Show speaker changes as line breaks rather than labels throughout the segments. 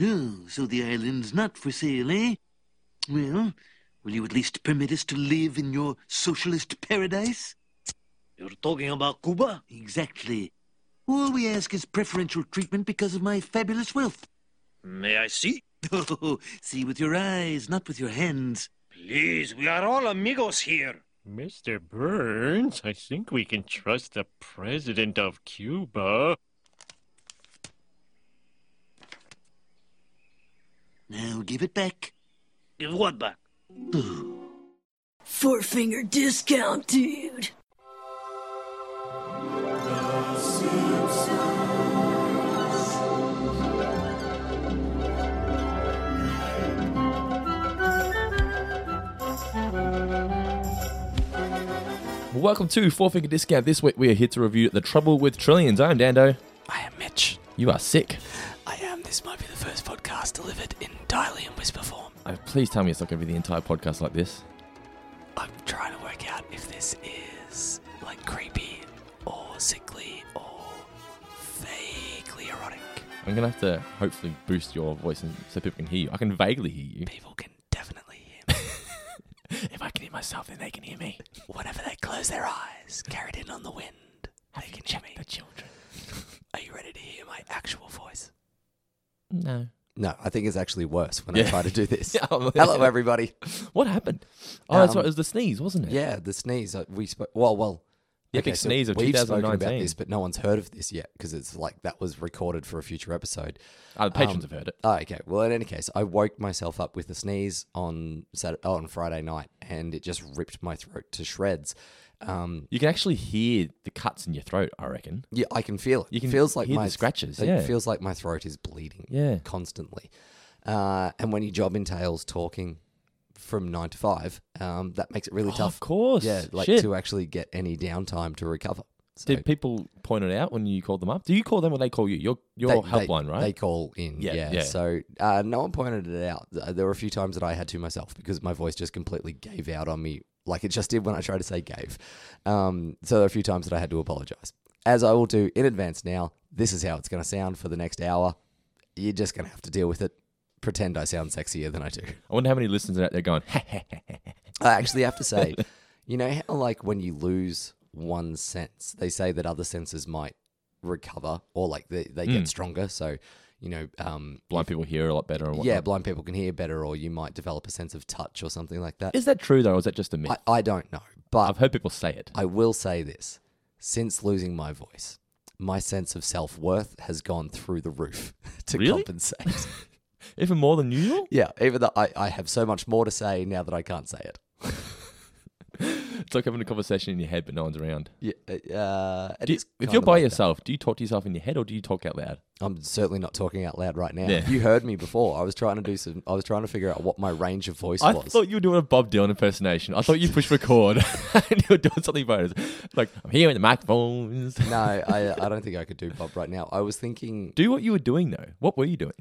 Oh, so the island's not for sale, eh? Well, will you at least permit us to live in your socialist paradise?
You're talking about Cuba?
Exactly. All we ask is preferential treatment because of my fabulous wealth.
May I see?
Oh, see with your eyes, not with your hands.
Please, we are all amigos here.
Mr. Burns, I think we can trust the president of Cuba.
Now give it back.
Give what back?
Four finger discount, dude.
Welcome to Four Finger Discount. This week we are here to review The Trouble with Trillions. I'm Dando.
I am Mitch.
You are sick.
I am. This might be the first podcast delivered entirely in whisper form.
Uh, please tell me it's not going to be the entire podcast like this.
I'm trying to work out if this is like creepy or sickly or vaguely erotic.
I'm going to have to hopefully boost your voice and so people can hear you. I can vaguely hear you.
People can definitely hear me. if I can hear myself, then they can hear me. Whenever they close their eyes, carried in on the wind, they can hear me. The children. Are you ready to hear my actual voice?
No.
No, I think it's actually worse when
Yeah.
I try to do this.
Yeah, I'm-
Hello, everybody.
What happened? Oh, that's
Um,
right. It was the sneeze, wasn't it?
Yeah, the sneeze. uh, We spoke. Well, well.
The epic
so
sneeze of
we've spoken about
2019.
this, but no one's heard of this yet because it's like that was recorded for a future episode.
Oh, the patrons have heard it.
Oh, okay. Well, in any case, I woke myself up with a sneeze on Saturday, on Friday night, and it just ripped my throat to shreds. Um,
You can actually hear the cuts in your throat, I reckon.
yeah, I can feel it.
You can
it feels like
hear the
my
scratches,
It
yeah.
feels like my throat is bleeding.
Yeah.
constantly. Uh, and when your job entails talking from nine to five, um, that makes it really
Oh,
tough.
of course.
Yeah, like
Shit.
to actually get any downtime to recover. So
Did people point it out when you called them up? Do you call them or they call you? Your your helpline, right?
They call in.
Yeah,
Yeah.
yeah.
So uh, no one pointed it out. Uh, There were a few times that I had to myself because my voice just completely gave out on me, like it just did when I tried to say gave. Um, so there are a few times that I had to apologize. As I will do in advance now, this is how it's going to sound for the next hour. You're just going to have to deal with it. Pretend I sound sexier than I do.
I wonder how many listeners are out there going,
I actually have to say, you know how like when you lose one sense, they say that other senses might recover or like they, they
Hmm.
get stronger. So, you know, um,
blind people hear a lot better. And
yeah,
whatnot.
blind people can hear better, or you might develop a sense of touch or something like that.
Is that true though, or is that just a myth?
I, I don't know, but
I've heard people say it.
I will say this: since losing my voice, my sense of self worth has gone through the roof to
Really?
compensate.
Even more than usual?
yeah, even though I, I have so much more to say now that I can't say it.
It's like having a conversation in your head, but no one's around.
Yeah, uh, it
Do you-
is
if
kinda
you're by
like that.
yourself, do you talk to yourself in your head or do you talk out loud?
I'm certainly not talking out loud right now.
Yeah.
You heard me before. I was trying to do some. I was trying to figure out what my range of voice
I
was.
thought you were doing a Bob Dylan impersonation. I thought you pushed record and you were doing something about it. Like, I'm hearing the microphones.
no, I, I don't think I could do Bob right now. I was thinking.
Do what you were doing though. What were you doing?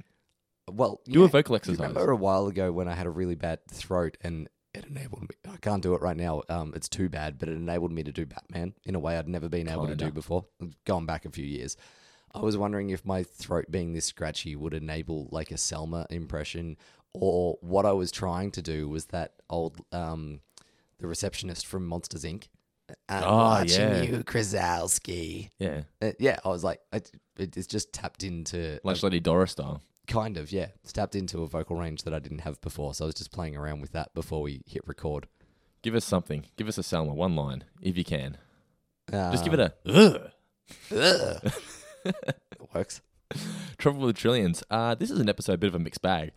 well,
Do
yeah,
a vocal exercise.
You remember a while ago when I had a really bad throat and it enabled me. I can't do it right now. Um, it's too bad, but it enabled me to do Batman in a way I'd never been able to
Kinda.
do before. Going back a few years, I was wondering if my throat being this scratchy would enable like a Selma impression, or what I was trying to do was that old um, the receptionist from Monsters Inc. I'm
Oh,
watching
yeah.
you, Krasilski.
Yeah.
Uh, yeah, I was like, it, it, it's just tapped into a
Lunch Lady Dora style.
Kind of, yeah. It's tapped into a vocal range that I didn't have before, so I was just playing around with that before we hit record.
Give us something. Give us a Selma, one line, if you can.
Uh,
Just give it a. Ugh.
It Um, works.
Trouble with Trillions. Uh, this is an episode, a bit of a mixed bag.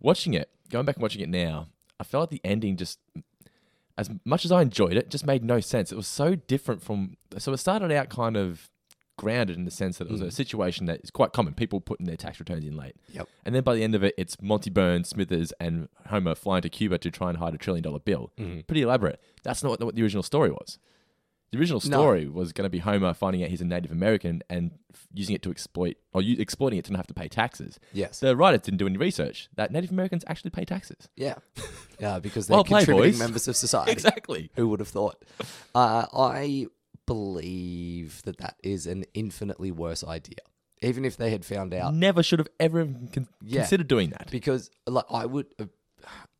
Watching it, going back and watching it now, I felt like the ending just, as much as I enjoyed it, just made no sense. It was so different from. So it started out kind of grounded in the sense that it was a situation that is quite common. People putting their tax returns in late.
Mm. Yep.
And then by the end of it, it's Monty Burns, Smithers, and Homer flying to Cuba to try and hide a trillion dollar bill.
Mm-hmm.
Pretty elaborate. That's not what- not what the original story was. The original
No.
story was going to be Homer finding out he's a Native American and f- using it to exploit or u- exploiting it to not have to pay taxes.
Yes.
The writers didn't do any research that Native Americans actually pay taxes.
Yeah. Yeah, because they're
Well played,
contributing
boys.
members of society.
Exactly.
Who would have thought? Uh, I believe that that is an infinitely worse idea. even if they had found out.
Never should have ever even con-
Yeah.
considered doing that.
because like I would, uh,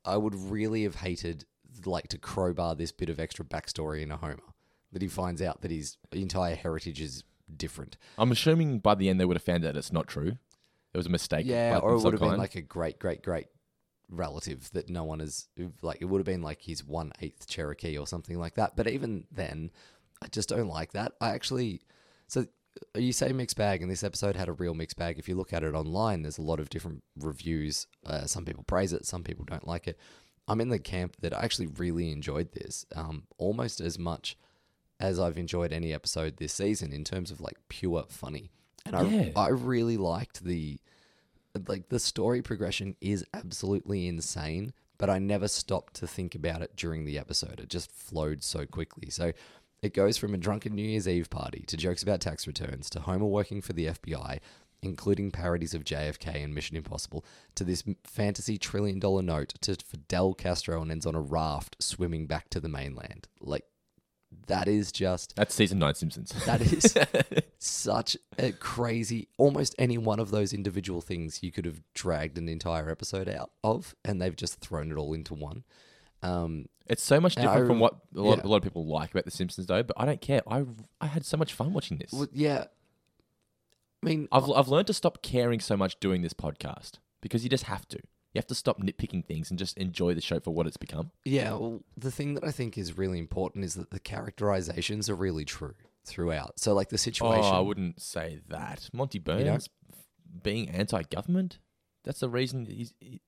I would really have hated like to crowbar this bit of extra backstory in a Homer that he finds out that his entire heritage is different.
I'm assuming by the end they would have found out it's not true. It was a mistake.
Yeah,
by-
or
of
it
some
would have been
kind.
like a great, great, great relative that no one is like. It would have been like his one eighth Cherokee or something like that. But even then, I just don't like that. I actually so. uh, You say mixed bag, and this episode had a real mixed bag. If you look at it online, there's a lot of different reviews. Uh, some people praise it, some people don't like it. I'm in the camp that I actually really enjoyed this, um, almost as much as I've enjoyed any episode this season in terms of like pure funny. And I,
Yeah.
I really liked the like the story progression is absolutely insane, but I never stopped to think about it during the episode. It just flowed so quickly. So it goes from a drunken New Year's Eve party to jokes about tax returns to Homer working for the FBI, including parodies of JFK and Mission Impossible, to this m- fantasy trillion dollar note to Fidel Castro and ends on a raft swimming back to the mainland. Like that is just
that's season nine Simpsons.
that is such a crazy. Almost any one of those individual things you could have dragged an entire episode out of, and they've just thrown it all into one. Um,
it's so much
And
different
I
from
rem-
what a lot,
yeah.
a lot of people like about the Simpsons, though. But I don't care. I I had so much fun watching this.
well, yeah. I mean,
I've I've learned to stop caring so much doing this podcast because you just have to. You have to stop nitpicking things and just enjoy the show for what it's become.
yeah. Well, the thing that I think is really important is that the characterizations are really true throughout. So, like the situation.
Oh, I wouldn't say that. Monty Burns being anti-government. That's the reason he's he-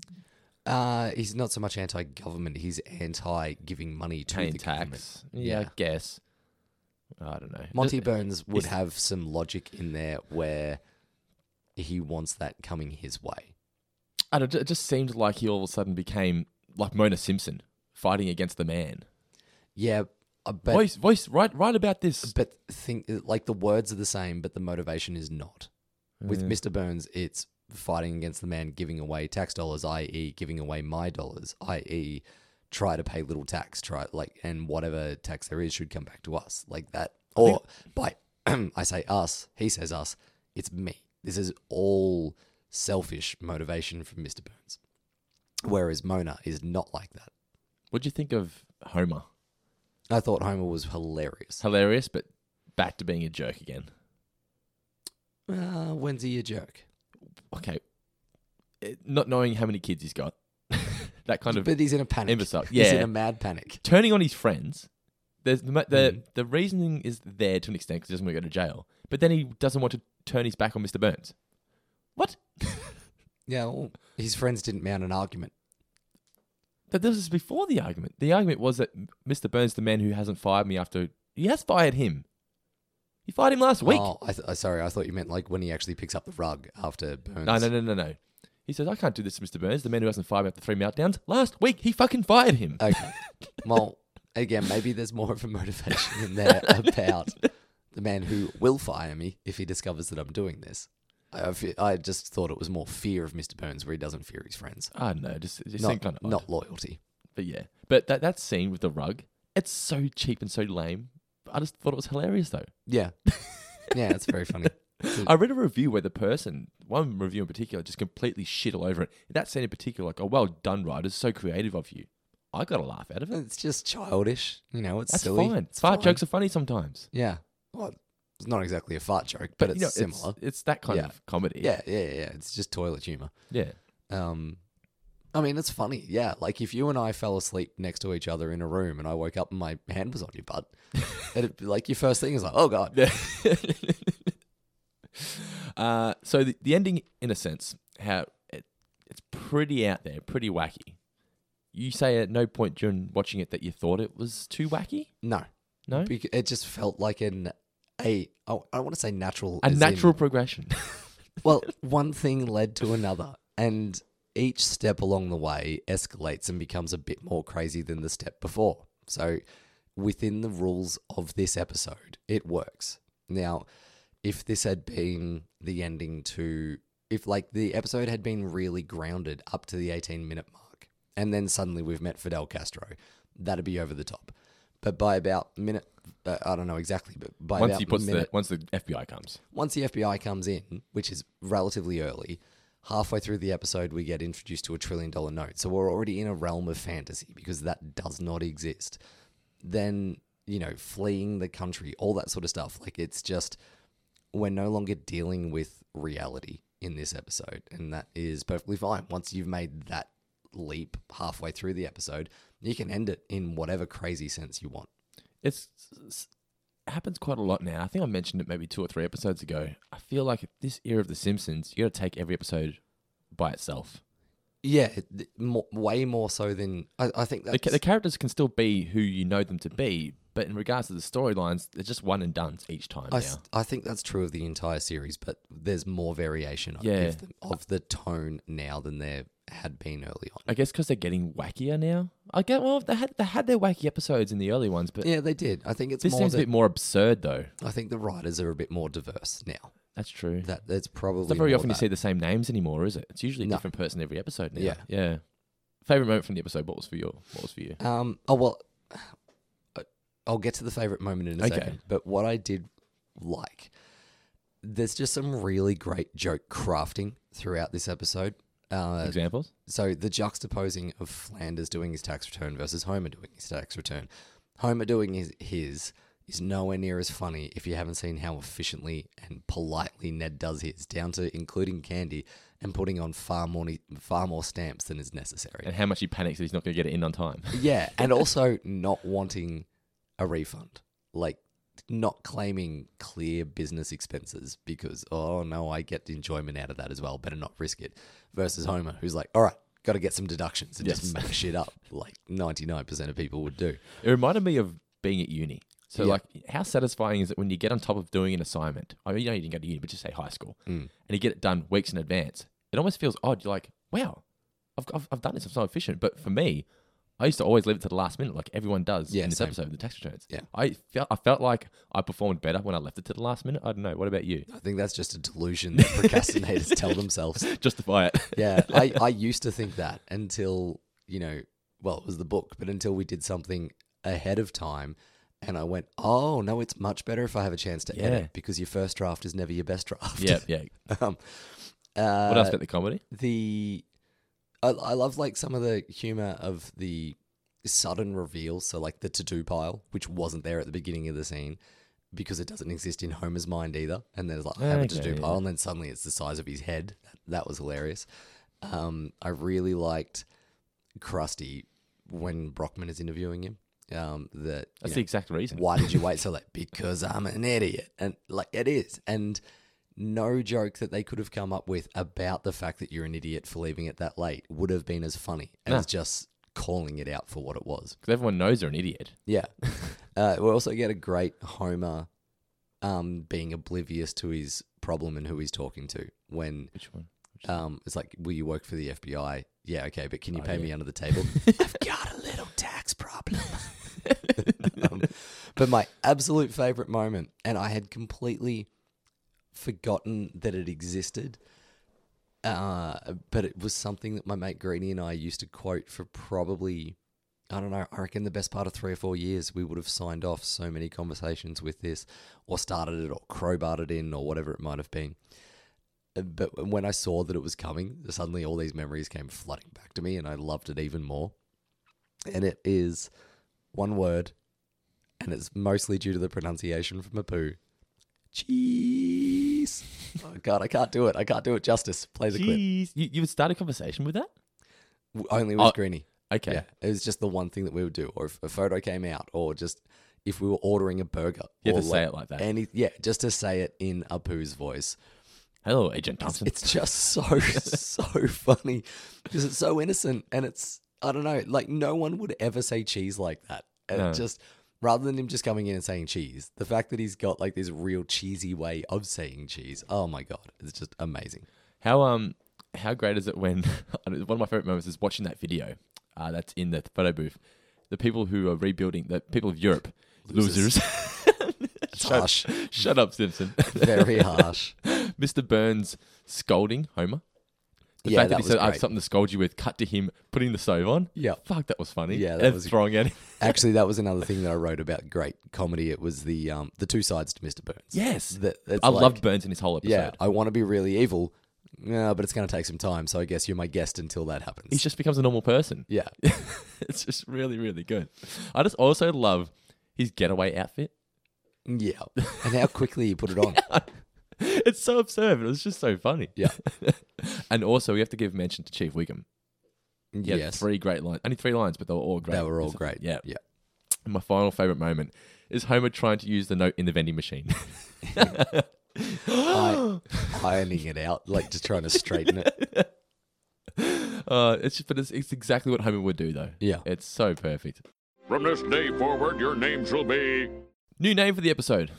Uh, he's not so much anti-government; he's anti-giving money to
paying
the government.
tax. Yeah,
Yeah.
I guess. I don't know.
Monty
Just-
Burns would have some logic in there where he wants that coming his way.
I don't, it just seemed like he all of a sudden became like Mona Simpson fighting against the man.
Yeah, uh, but
voice, voice, write, write about this.
but think like the words are the same, but the motivation is not. With Mr. Burns, it's fighting against the man giving away tax dollars, i.e., giving away my dollars, i.e., try to pay little tax, try like, and whatever tax there is should come back to us, like that. Or by I say us, he says us, it's me. This is all selfish motivation from Mr. Burns. Whereas Mona is not like that.
What'd you think of Homer?
I thought Homer was hilarious.
Hilarious, but back to being a jerk again.
Uh, when's he a jerk?
Okay, It- not knowing how many kids he's got, that kind of
but he's in a panic.
imbecile.
He's in
Yeah.
a mad panic.
turning on his friends. There's the ma- the,
Mm-hmm.
the reasoning is there to an extent because he doesn't want to go to jail, but then he doesn't want to turn his back on Mr. Burns. What?
Yeah, well, his friends didn't mount an argument.
But this was before the argument. The argument was that Mr. Burns, the man who hasn't fired me after he has fired him. He fired him last week.
Oh, I th- uh, sorry, I thought you meant like when he actually picks up the rug after Burns.
No, no, no, no, no. He says, I can't do this to Mr. Burns, the man who hasn't fired me after three meltdowns. Last week, he fucking fired him.
Okay. Well, again, maybe there's more of a motivation in there about the man who will fire me if he discovers that I'm doing this. I, I fe- I just thought it was more fear of Mr. Burns where he doesn't fear his friends.
I don't know. Just, it just
Not,
seemed kind of odd.
not loyalty.
But yeah. But that, that scene with the rug, it's so cheap and so lame. I just thought it was hilarious, though.
Yeah. Yeah, it's very funny.
I read a review where the person, one review in particular, just completely shit all over it. That scene in particular, like, oh, well done, writers. So creative of you. I got a laugh out of it.
It's just childish. You know, it's
That's
silly.
fine.
It's
Fart
fine.
jokes are funny sometimes.
Yeah. Well, it's not exactly a fart joke, but, it's
you know,
similar.
It's, that kind
Yeah.
of comedy.
yeah, yeah, yeah. yeah. It's just toilet humor.
Yeah.
Um, I mean, it's funny. Yeah. Like if you and I fell asleep next to each other in a room and I woke up and my hand was on your butt, it'd be like your first thing is like, oh God.
uh, so the, the ending, in a sense, how it, it's pretty out there, pretty wacky. You say at no point during watching it that you thought it was too wacky.
No.
No,
Bec- It just felt like an, a, oh, I want to say natural.
a
as in-
natural progression.
well, one thing led to another. And each step along the way escalates and becomes a bit more crazy than the step before. So, within the rules of this episode, it works. Now, if this had been the ending to, if like the episode had been really grounded up to the 18 minute mark, and then suddenly we've met Fidel Castro, that'd be over the top. but by about minute, uh, I don't know exactly, but by
Once
about
he puts
minute,
the once the FBI comes.
once the FBI comes in, which is relatively early, halfway through the episode, we get introduced to a trillion dollar note. So we're already in a realm of fantasy because that does not exist. Then, you know, fleeing the country, all that sort of stuff. Like, it's just, we're no longer dealing with reality in this episode. And that is perfectly fine. Once you've made that leap halfway through the episode, you can end it in whatever crazy sense you want.
It's, it's- happens quite a lot now. I think I mentioned it maybe two or three episodes ago. I feel like this era of The Simpsons, you got to take every episode by itself.
Yeah, th- mo way more so than I, I think
The,
that's
ca- the characters can still be who you know them to be, but in regards to the storylines, they're just one and done each time
I,
now.
s- I think that's true of the entire series, but there's more variation I'd
Yeah.
give them, of the tone now than there had been early on.
I guess because they're getting wackier now. I get well, they had they had their wacky episodes in the early ones, but
Yeah, they did. I think it's
this
more
seems
that
a bit more absurd though.
I think the writers are a bit more diverse now.
That's true.
That it's probably
it's not very
more
often you
that.
see the same names anymore, is it? It's usually a
No.
different person every episode now.
Yeah.
yeah. Favorite moment from the episode? What was for you? What was for you?
Um, oh well, I- I'll get to the favorite moment in a
Okay.
second. But what I did like, there's just some really great joke crafting throughout this episode. Uh,
Examples?
so the juxtaposing of Flanders doing his tax return versus Homer doing his tax return. Homer doing his, his is nowhere near as funny if you haven't seen how efficiently and politely Ned does his, down to including candy and putting on far more ne- far more stamps than is necessary.
and how much he panics that he's not going to get it in on time.
yeah, and also not wanting a refund, like not claiming clear business expenses because oh no, I get the enjoyment out of that as well. Better not risk it. Versus Homer, who's like, all right, got to get some deductions and
Yes.
just make shit up, like ninety nine percent of people would do.
It reminded me of being at uni. So,
Yeah.
like, how satisfying is it when you get on top of doing an assignment? I mean, you know, you didn't go to uni, but just say high school,
Mm.
and you get it done weeks in advance. It almost feels odd. You're like, wow, I've, I've, I've done this. I'm so efficient. But for me, I used to always leave it to the last minute, like everyone does
Yeah,
in this
same.
episode, the tax returns.
Yeah.
I felt I felt like I performed better when I left it to the last minute. I don't know. What about you?
I think that's just a delusion that procrastinators tell themselves.
Justify it.
Yeah, I, I used to think that until, you know, well, it was the book, but until we did something ahead of time and I went, oh, no, it's much better if I have a chance to
Yeah.
edit because your first draft is never your best draft.
yeah, yeah.
um,
What
uh,
else about the comedy?
the I, I love like some of the humor of the sudden reveals so like the to-do pile which wasn't there at the beginning of the scene because it doesn't exist in homer's mind either and there's like i have a
Okay,
to-do
yeah.
pile and then suddenly it's the size of his head that, that was hilarious um, i really liked krusty when brockman is interviewing him um, that you
That's
know,
the exact reason.
why did you wait so late? Because I'm an idiot. And like it is. And no joke that they could have come up with about the fact that you're an idiot for leaving it that late would have been as funny as
No.
just calling it out for what it was.
Because everyone knows they're an idiot.
Yeah. uh, we also get a great Homer um, being oblivious to his problem and who he's talking to when
Which one?
um, it's like, will you work for the FBI? Yeah, okay, but can you
Oh,
pay
yeah.
me under the table?
I've got a little tax problem.
um, but my absolute favorite moment, and I had completely forgotten that it existed. Uh, but it was something that my mate Greeny and I used to quote for probably, I don't know, I reckon the best part of three or four years. We would have signed off so many conversations with this, or started it, or crowbarred it in, or whatever it might have been. Uh, But when I saw that it was coming, suddenly all these memories came flooding back to me, and I loved it even more. And it is one word, and it's mostly due to the pronunciation from Apu. Cheese. Oh God, I can't do it. I can't do it justice. Play the clip.
Jeez, you, you would start a conversation with that?
W- Only with
Oh,
Greeny.
Okay.
Yeah, it was just the one thing that we would do, or if a photo came out, or just if we were ordering a burger.
You
or
have to say it like that.
Any, yeah, just to say it in Apu's voice.
Hello, Agent Thompson.
It's just so so funny because it's so innocent and it's I don't know, like no one would ever say cheese like that. And
No.
just rather than him just coming in and saying cheese, the fact that he's got like this real cheesy way of saying cheese. Oh my god, it's just amazing.
How um how great is it when one of my favorite moments is watching that video uh, that's in the photo booth. The people who are rebuilding, the people of Europe, losers.
It's harsh,
Shut up, Simpson.
very harsh.
Mr. Burns scolding Homer. The
Yeah,
fact that, he
that was
said, I have
great.
something to scold you with, cut to him putting the stove on.
Yeah.
Fuck, that was funny.
Yeah, that
and
was-
throwing at him.
Actually, that was another thing that I wrote about great comedy. It was the um, the two sides to Mr. Burns.
Yes.
That, it's
I
like,
loved Burns in his whole episode.
Yeah, I want to be really evil, no, but it's going to take some time. So I guess you're my guest until that happens.
He just becomes a normal person.
yeah,
it's just really, really good. I just also love his getaway outfit.
yeah. And how quickly you put it on.
It's so absurd, but it was just so funny.
Yeah.
and also, we have to give mention to Chief Wiggum. He had
yes,
three great lines. Only three lines, but they were all great.
they were all
It's-
great.
Yeah.
yeah.
And my final favorite moment is Homer trying to use the note in the vending machine.
I, ironing it out, like just trying to straighten it.
uh, it's just, but it's, it's exactly what Homer would do, though.
Yeah.
It's so perfect.
From this day forward, your name shall be.
New name for the episode.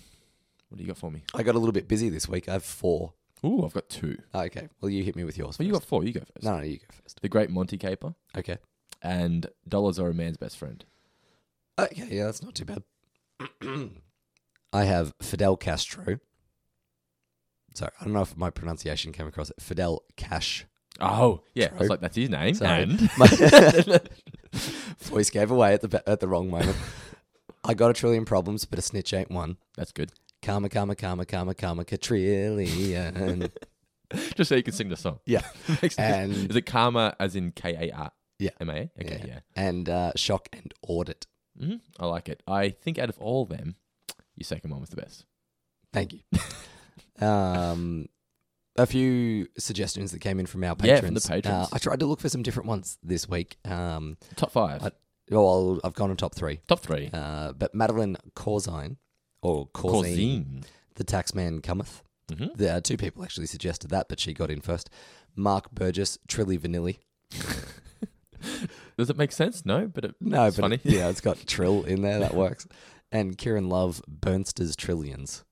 What do you got for me?
I got a little bit busy this week. I have four.
Ooh, I've got two.
Okay, well you hit me with yours.
Well, you got
first.
four. You go first.
no, no, you go first.
The Great Monty Caper
Okay,
and Dollars Are a Man's Best Friend.
okay, Uh, yeah, that's not too bad. I have Fidel Castro. Sorry, I don't know if my pronunciation came across it. Fidel Cash.
Oh, yeah. I
True.
was like, that's his name.
Sorry.
And
My- voice gave away at the at the wrong moment. I got a trillion problems, but a snitch ain't one.
that's good.
Karma, karma, karma, karma, karma, catrillion.
Just so you can sing the song.
yeah,
Makes sense.
And-
Is it Karma as in K A R?
Yeah.
M A? A? Okay, yeah.
and uh, shock and audit.
hmm I like it. I think out of all of them, your second one was the best.
Thank you. um, a few suggestions that came in from our patrons.
Yeah, from the patrons.
Uh, I tried to look for some different ones this week. Um,
Top five.
I- well, Oh, I've gone on top three.
Top three.
Uh, but Madeline Corzine, or Corzine,
Corzine.
The Taxman Cometh.
Mhm.
The, uh, two people actually suggested that, but she got in first. Mark Burgess, Trilly Vanilli.
Mm-hmm. Does it make sense? No, but it,
No,
it's
but
funny.
it- yeah, it's got Trill in there. That works. And Kieran Love, Bernster's Trillions.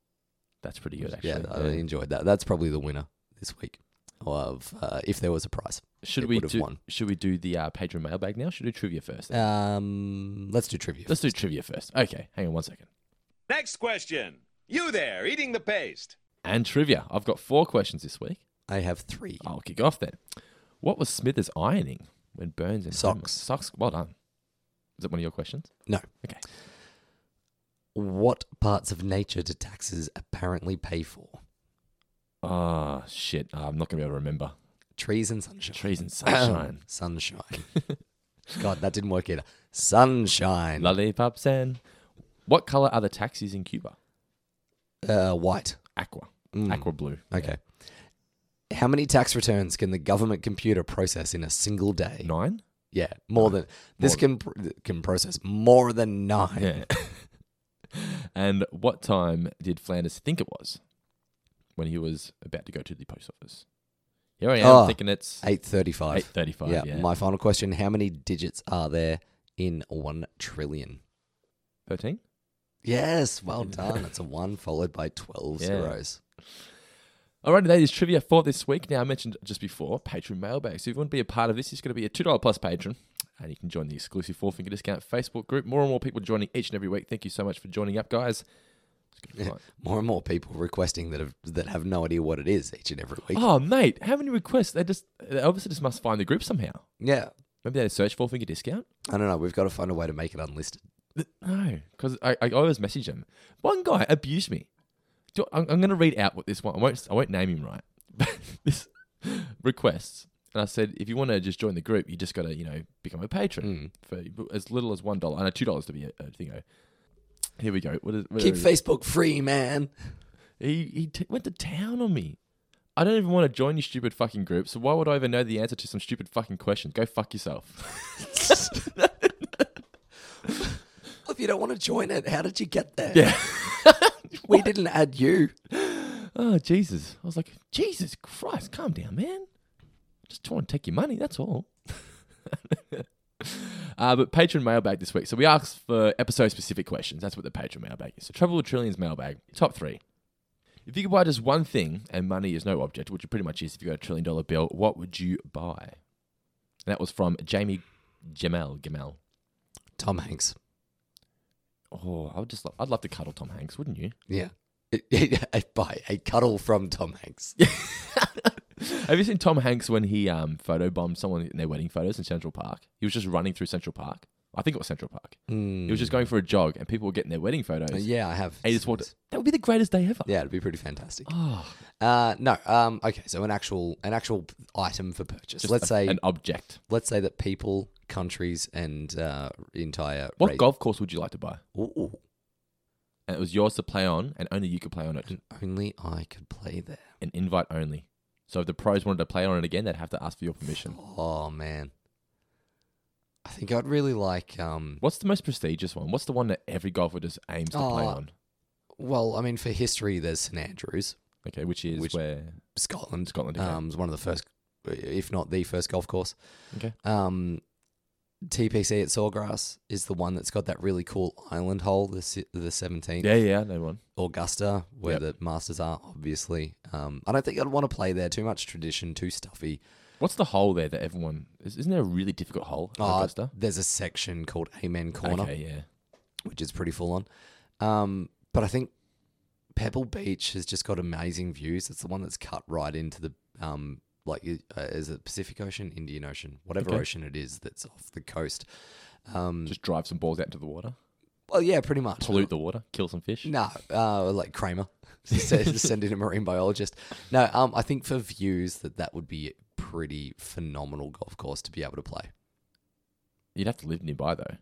That's pretty good, actually.
yeah, I enjoyed that. That's probably the winner this week of uh, if there was a prize.
Should
it
we
would have
do?
won. Uh,
Should we do the uh, patron mailbag now? Should we do trivia first?
Um, let's do trivia.
Let's do trivia first. Okay, hang on one second.
Next question. You there, eating the paste.
And trivia. I've got four questions this week.
I have three.
I'll kick off then. What was Smithers ironing when Burns and Homer-
Socks.
socks? Well done. Is that one of your questions?
No.
Okay.
What parts of nature do taxes apparently pay for?
Ah, shit. I'm not gonna be able to remember.
Trees and sunshine.
Trees and sunshine.
sunshine. God, that didn't work either. Sunshine.
Lollipops and what color are the taxis in Cuba?
Uh, white.
Aqua.
Mm.
Aqua blue.
Okay. How many tax returns can the government computer process in a single day?
Nine.
Yeah, more than this can pr- can process more than nine.
Yeah. and what time did Flanders think it was when he was about to go to the post office? Here I am
Oh,
thinking it's
Eight thirty-five.
Ah. eight thirty-five.
yeah.
Yeah,
My final question: How many digits are there in one trillion?
thirteen.
Yes, well done. It's a one followed by twelve
Yeah.
zeros.
Alrighty, that is trivia for this week. Now, I mentioned just before Patreon mailbag. So, if you want to be a part of this, it's going to be a $2 plus patron, and you can join the exclusive Four Finger Discount Facebook group. More and more people joining each and every week. Thank you so much for joining up, guys. It's gonna be fun.
More and more people requesting that have that have no idea what it is each and every week.
Oh, mate, how many requests? They just they obviously just must find the group somehow.
Yeah,
Maybe they search Four Finger Discount.
I don't know. We've got to find a way to make it unlisted.
No, because I, I always message him. One guy abused me. Do, I'm, I'm going to read out what this one. I won't. I won't name him right. But this requests, and I said, if you want to just join the group, you just got to you know become a patron
Mm.
for as little as one dollar. I know two dollars to be a, a thingo. Here we go. What is, what
Keep
is-
Facebook free, man.
he he t- went to town on me. I don't even want to join your stupid fucking group. So why would I even know the answer to some stupid fucking questions? Go fuck yourself.
Well, If you don't want to join it, how did you get there? Yeah, we didn't add you.
oh Jesus! I was like, Jesus Christ, calm down, man. Just trying to take your money. That's all. uh, but patron mailbag this week. So we asked for episode specific questions. That's what the patron mailbag is. So travel with trillions mailbag top three. If you could buy just one thing and money is no object, which it pretty much is, if you got a trillion dollar bill, what would you buy? And that was from Jamie Gemel. Gemel.
Tom Hanks.
Oh, I would just love, I'd love to cuddle Tom Hanks, wouldn't you?
Yeah. By a cuddle from Tom Hanks.
Have you seen Tom Hanks when he um photobombed someone in their wedding photos in Central Park? He was just running through Central Park. I think it was Central Park. He
Mm.
was just going for a jog, and people were getting their wedding photos.
Hmm. Uh, yeah, I have.
and he just walked. That would be the greatest day ever. Ah,
Yeah, it'd be pretty fantastic.
Oh.
Uh, no, um, okay. So an actual an actual item for purchase.
Just
let's
a-
say
an object.
let's say that people, countries, and uh, entire
What
race-
golf course would you like to buy?
Ooh,
And it was yours to play on, and only you could play on it.
Mm. only I could play there.
An invite only. So if the pros wanted to play on it again, they'd have to ask for your permission.
Oh man, I think I'd really like. Um,
What's the most prestigious one? What's the one that every golfer just aims to play
Oh.
on?
well, I mean, for history, there's St Andrews,
Okay, which is
Which-
where
Scotland.
Scotland. Okay.
um, is one of the first, if not the first golf course.
Okay.
Um, TPC at Sawgrass is the one that's got that really cool island hole, the si- the seventeenth.
yeah, yeah, no one.
Augusta, where
Yep.
the Masters are, obviously. Um, I don't think I'd want to play there. Too much tradition, too stuffy.
What's the hole there that everyone is, isn't there a really difficult hole? at
Uh,
Augusta?
there's a section called Amen Corner,
Okay, yeah.
which is pretty full on. Um, but I think Pebble Beach has just got amazing views. It's the one that's cut right into the um, like uh, is it Pacific Ocean, Indian Ocean, whatever
Okay.
ocean it is that's off the coast. Um,
Just drive some balls out into the water,
well, yeah, pretty much.
pollute the water, kill some fish.
No, uh, like Kramer. Send send in a marine biologist. No, um, I think for views that that would be a pretty phenomenal golf course to be able to play.
You'd have to live nearby though. There's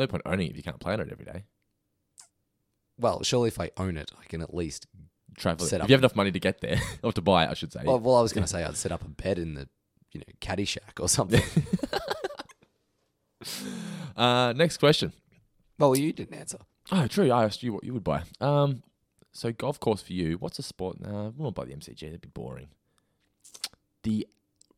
no point owning it if you can't play on it every day.
Well, surely if I own it, I can at least.
Travel.
Set
It.
up-
If you have enough money to get there, or to buy it, I should say.
Well, well, I was going to say I'd set up a bed in the, you know, caddy shack or something.
uh, next question.
well, you didn't answer.
Oh, true. I asked you what you would buy. Um, so golf course for you. What's a sport? Nah, I won't buy the MCG. That'd be boring. The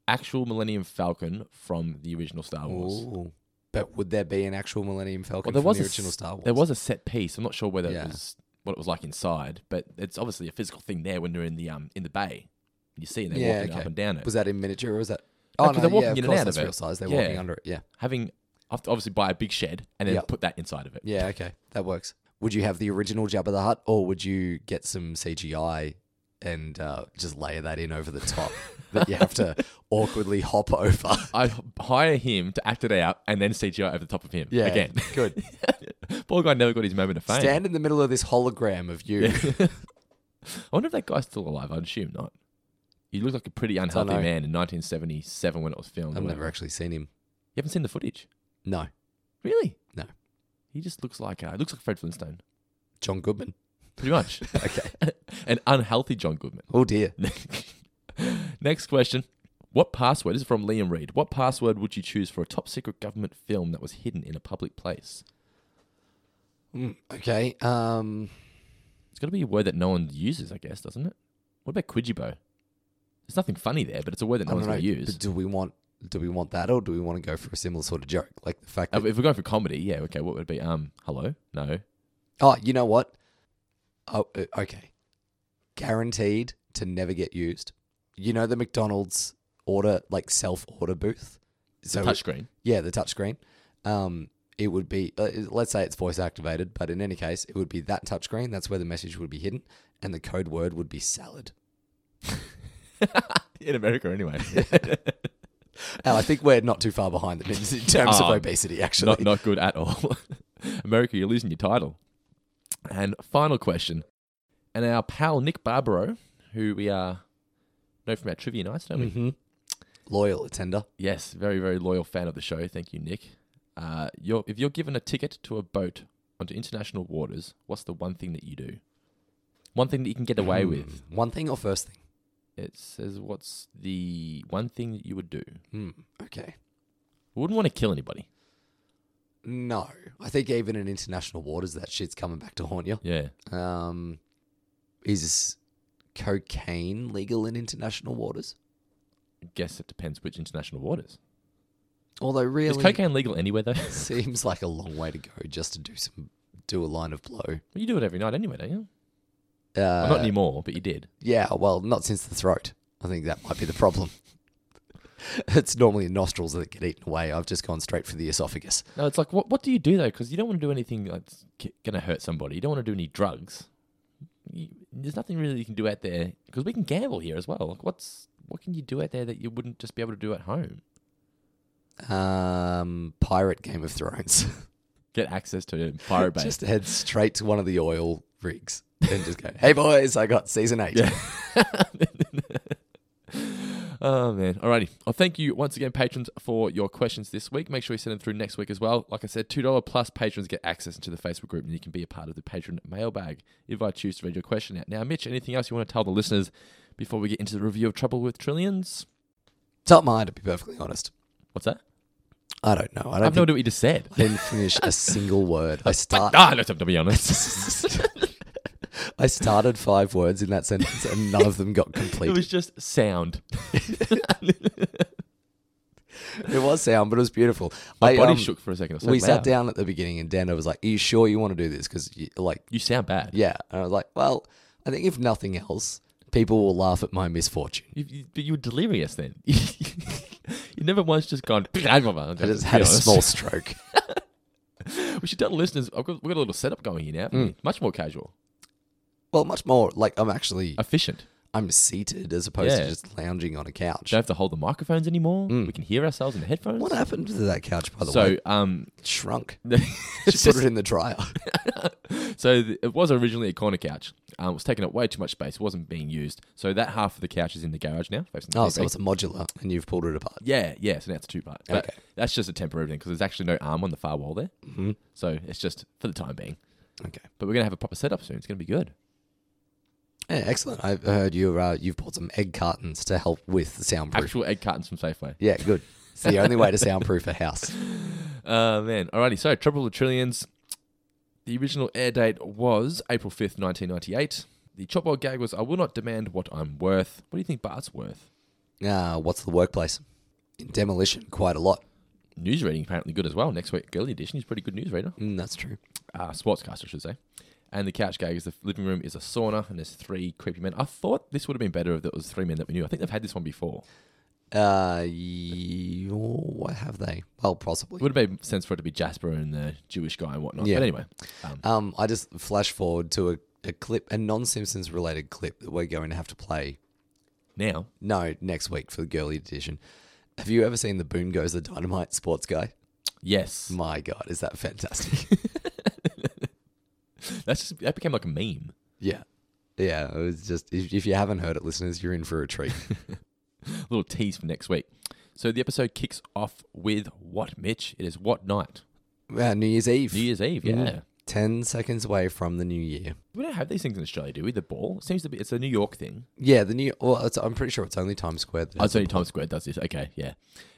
actual Millennium Falcon from the original Star Wars.
Ooh. But would there be an actual Millennium Falcon
Well, there
from
was
the
a s-
original Star Wars?
There was a set piece. I'm not sure whether
Yeah.
it was what it was like inside, but it's obviously a physical thing there when you're in the um in the bay. You see them
Yeah,
walking
okay.
up and down it.
Was that in miniature or was that?
No,
Oh,
'cause
no,
they're walking
yeah, of
in and out
course
of
that's
it.
real size. They're
Yeah.
walking under it. Yeah.
Having I have to obviously buy a big shed and then
Yep.
put that inside of it.
Yeah, okay. That works. Would you have the original Jabba the Hutt or would you get some CGI and uh, just layer that in over the top that you have to awkwardly hop over?
I'd h- hire him to act it out and then CGI over the top of him.
Yeah.
Again.
Good.
Poor guy never got his moment of fame.
Stand in the middle of this hologram of you.
I wonder if that guy's still alive. I'd assume not. He looked like a pretty unhealthy
know.
man in 1977 when it was filmed.
I've
or
never
whatever.
actually seen him.
You haven't seen the footage?
No,
Really?
No.
He just looks like uh, looks like Fred Flintstone.
John Goodman.
Pretty much. okay. An unhealthy John Goodman.
Oh dear.
Next question. What password this is from Liam Reed? What password would you choose for a top secret government film that was hidden in a public place?
Mm, Okay. Um,
It's got to be a word that no one uses, I guess, doesn't it? What about Quidgibo? There's nothing funny there, but it's a word that
I
no
don't
one's
know.
going to use.
but Do we want? Do we want that, or do we want to go for a similar sort of joke, like the fact
Uh,
that?
If we're going for comedy, yeah, okay. What would it be? Um, hello? No.
Oh, you know what? Oh, uh, okay. Guaranteed to never get used. You know the McDonald's order, like self order booth. So
Touchscreen.
yeah, the touchscreen. Um, it would be uh, let's say it's voice activated, but in any case, it would be that touchscreen. That's where the message would be hidden, and the code word would be salad.
in America, anyway.
And I think we're not too far behind the ninjas in terms
Um,
of obesity, actually.
not, not good at all. America, you're losing your title. And final question. And our pal Nick Barbaro, who we uh, know from our trivia nights, don't we?
Mhm. Loyal attender.
Yes, very, very loyal fan of the show. Thank you, Nick. Uh, you're, if you're given a ticket to a boat onto international waters, what's the one thing that you do? One thing that you can get away with.
One thing or first thing.
It says, what's the one thing that you would do?
Hmm. Okay.
I wouldn't want to kill anybody.
No, I think even in international waters, that shit's coming back to haunt you.
Yeah.
Um, is cocaine legal in international waters?
I guess it depends which international waters.
Although really,
Is cocaine legal anywhere, though? well,
seems like a long way to go just to do some do a line of blow.
you do it every night anyway, don't you?
Uh,
Well, not anymore, but you did.
Yeah, well, not since the throat. I think that might be the problem. it's normally nostrils that get eaten away. I've just gone straight for the esophagus.
No, it's like, what, what do you do, though? Because you don't want to do anything that's going to hurt somebody. You don't want to do any drugs. You, there's nothing really you can do out there because we can gamble here as well. Like, what's what can you do out there that you wouldn't just be able to do at home?
Um, pirate Game of Thrones.
Get access to it, pirate base.
just head straight to one of the oil rigs and just go, "Hey boys, I got season eight.
Oh man. Alrighty. Well thank you once again, patrons, for your questions this week. Make sure you send them through next week as well. Like I said, two dollar plus patrons get access into the Facebook group and you can be a part of the patron mailbag if I choose to read your question out. Now, Mitch, anything else you want to tell the listeners before we get into the review of Trouble with Trillions?
Top mine, to be perfectly honest.
What's that?
I don't know. I
I
don't
have no
think
idea what you just said.
I didn't finish a single word. I start.
Ah, no, to be honest.
I started five words in that sentence, and none of them got
it
completed.
was just sound.
It was sound, but it was beautiful.
My
I,
body
um,
shook for a second. It was so
We
loud.
sat down at the beginning, and Dando was like, "Are you sure you want to do this?" Because like,
You sound bad.
yeah, and I was like, "Well, I think if nothing else, people will laugh at my misfortune."
You, you, but you were delirious then. you never once just gone. I
I just had a small stroke.
We should tell the listeners. I've got, we've got a little setup going here
Mm.
now. Much more casual,
well, much more like I'm actually
efficient.
I'm seated as opposed
Yeah.
to just lounging on a couch.
Don't have to hold the microphones anymore. We can hear ourselves in the headphones.
Mm. What happened to that couch, by the
so,
way?
um,
It shrunk.
it's
Just put
just-
it in the dryer.
so th- it was originally a corner couch. Um, it was taking up way too much space. It wasn't being used. So that half of the couch is in the garage now. Facing the
Oh,
TV.
so it's a modular, and you've pulled it apart.
Yeah, yeah. So now it's two part. But
Okay.
That's just a temporary thing because there's actually no arm on the far wall there. Mm-hmm. So it's just for the time being.
Okay.
But we're gonna have a proper setup soon. It's gonna be good.
Yeah, excellent. I heard you. Uh, you've bought some egg cartons to help with the soundproof.
Actual egg cartons from Safeway.
Yeah, good. It's the only way to soundproof a house.
Uh, man. Alrighty. So Trouble with Trillions. The original air date was April fifth, nineteen ninety eight. The chopboard gag was I will not demand what I'm worth. What do you think Bart's worth?
Uh, what's the workplace? In demolition, quite a lot.
News reading apparently good as well. Next week, girly edition. He's a pretty good news reader.
Mm, that's true.
uh, sportscaster, I should say. And the couch gag is the living room is a sauna, and there's three creepy men. I thought this would have been better if it was three men that we knew. I think they've had this one before.
Uh, y- oh, what have they? Well, possibly.
It would have made sense for it to be Jasper and the Jewish guy and whatnot.
Yeah.
But anyway, um,
Um, I just flash forward to a, a clip, a non-Simpsons related clip that we're going to have to play.
now
No, next week for the girly edition. Have you ever seen the Boom Goes the Dynamite Sports Guy?
yes,
My God, is that fantastic?
that's just that became like a meme.
yeah, yeah. It was just if, if you haven't heard it, listeners, you're in for a treat.
A little tease for next week. So the episode kicks off with what, Mitch? It is what night?
uh, New Year's Eve.
New Year's Eve. Yeah.
Mhm. Ten seconds away from the new year.
We don't have these things in Australia, do we? The ball it seems to be it's a New York thing.
Yeah, the new. Well, it's, I'm pretty sure it's only Times Square. That
Oh, it's only Times Square does this. Okay, yeah.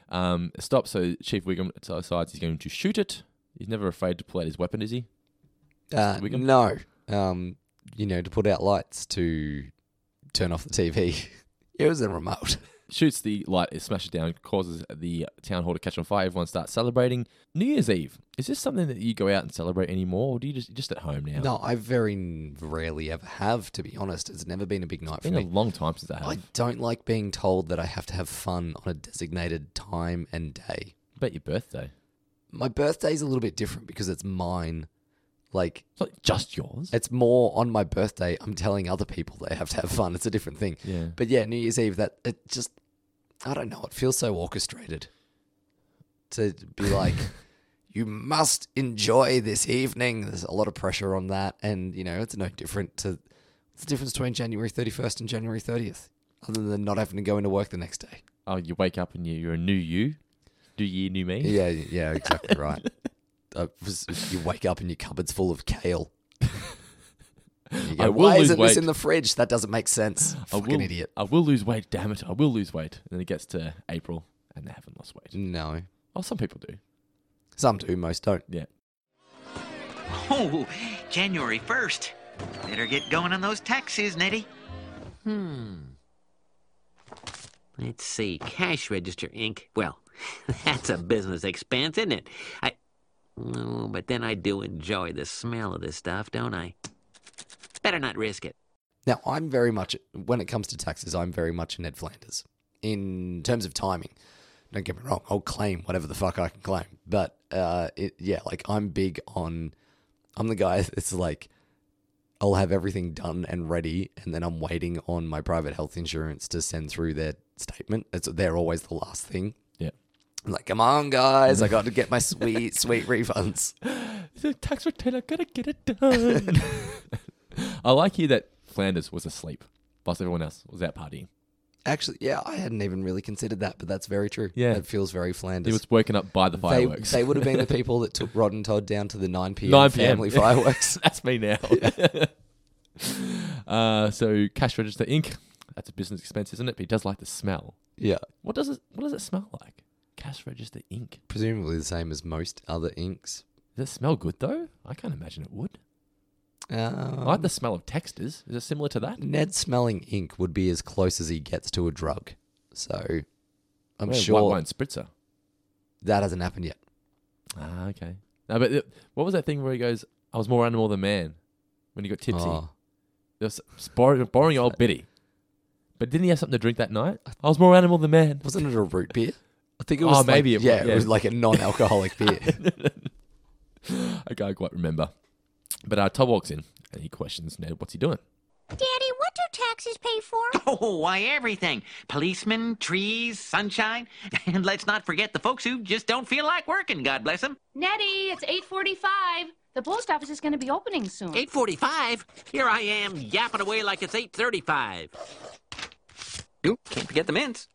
Um, stop. So Chief Wiggum decides he's going to shoot it. He's never afraid to pull out his weapon, is he?
uh,
Wigan?
no, um, you know, to put out lights to turn off the TV. it was a remote.
Shoots the light, it smashes down, causes the town hall to catch on fire. Everyone starts celebrating. New Year's Eve. Is this something that you go out and celebrate anymore, or do you just just at home now?
No, I very rarely ever have. To be honest, it's never been a big night
it's
for
been a
me.
long time since I have.
I don't like being told that I have to have fun on a designated time and day.
bet your birthday.
My birthday's a little bit different because it's mine. Like
It's not just yours.
It's more on my birthday. I'm telling other people they have to have fun. It's a different thing.
Yeah.
But yeah, New Year's Eve. That it just, I don't know. It feels so orchestrated. To be like, you must enjoy this evening. There's a lot of pressure on that, and you know it's no different to. What's the difference between January 31st and January 30th, other than not having to go into work the next day?
Oh, you wake up and you, you're a new you. New year, new me.
Yeah, yeah, exactly right. Uh, you wake up and your cupboard's full of kale. You go,
I will
Why
lose
isn't this
weight."
in the fridge? That doesn't make sense.
I
Fucking
will,
idiot.
I will lose weight. Damn it! I will lose weight. And then it gets to April, and they haven't lost weight.
No.
Oh, some people do.
Some do, most don't.
Yeah.
Oh, January 1st. Better get going on those taxes, Nettie. Hmm. Let's see. Cash register ink. Well, that's a business expense, isn't it? I. Oh, but then I do enjoy the smell of this stuff, don't I? Better not risk it.
Now, I'm very much, when it comes to taxes, I'm very much a Ned Flanders in terms of timing. Don't get me wrong, I'll claim whatever the fuck I can claim. But uh, it, yeah, like I'm big on, I'm the guy that's like, I'll have everything done and ready, and then I'm waiting on my private health insurance to send through their statement. It's, they're always the last thing.
Yeah.
I'm like, come on, guys, I got to get my sweet, sweet refunds.
The tax return, I gotta get it done. I like here that Flanders was asleep, whilst everyone else was out partying.
Actually, yeah, I hadn't even really considered that, but that's very true.
Yeah.
It feels very
He
Flanders.
was woken up by the
they,
fireworks.
they would have been the people that took Rod and Todd down to the 9 p.m.
9 p.m.
family fireworks.
That's me now. uh, so cash register ink. That's a business expense, isn't it? But he does like the smell.
yeah.
What does it? What does it smell like? Cash register ink.
Presumably the same as most other inks.
Does it smell good though? I can't imagine it would.
Um,
I like the smell of textures. Is it similar to that?
Ned smelling ink would be as close as he gets to a drug. So I'm
Well,
sure
white wine spritzer.
that hasn't happened yet.
Ah, okay. No, but it- what was that thing where he goes, "I was more animal than man," when he got tipsy.
Oh,
It was boring, boring old Biddy. But didn't he have something to drink that night? I was more animal than man.
wasn't it a root beer? I think it
Oh,
was. like-
maybe it
yeah,
was,
it
yeah.
was like a non-alcoholic beer.
I can't quite remember. But uh, Todd walks in and he questions Ned, what's he doing?
Daddy, what do taxes pay for?
Oh, why everything. Policemen, trees, sunshine. And let's not forget the folks who just don't feel like working, God bless them.
Nettie, it's 8:45. The post office is going to be opening soon.
8.45? Here I am, yapping away like it's 8.35. Oop, can't forget the mints.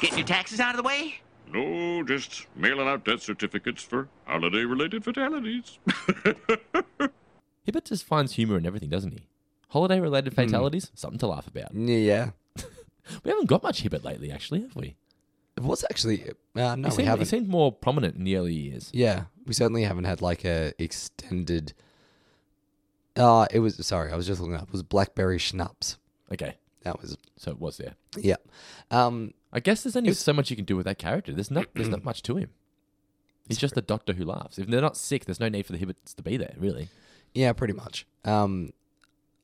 Getting your taxes out of the way?
No, Oh, just mailing out death certificates for holiday related fatalities.
Hibbert just finds humour in everything, doesn't he? Holiday related
Hmm.
fatalities? Something to laugh about.
yeah.
We haven't got much Hibbert lately, actually, have we?
It was actually. Uh, no,
he,
we
seemed, he
haven't.
seemed more prominent in the early years.
Yeah, we certainly haven't had like a extended. Uh, it was sorry, I was just looking up. It was blackberry schnapps.
Okay,
That was
so it was there.
yeah. Um,
I guess there's only so much you can do with that character. There's not, there's not much to him. He's just a doctor who laughs. If they're not sick, there's no need for the Hibberts to be there, really.
yeah, pretty much. Um,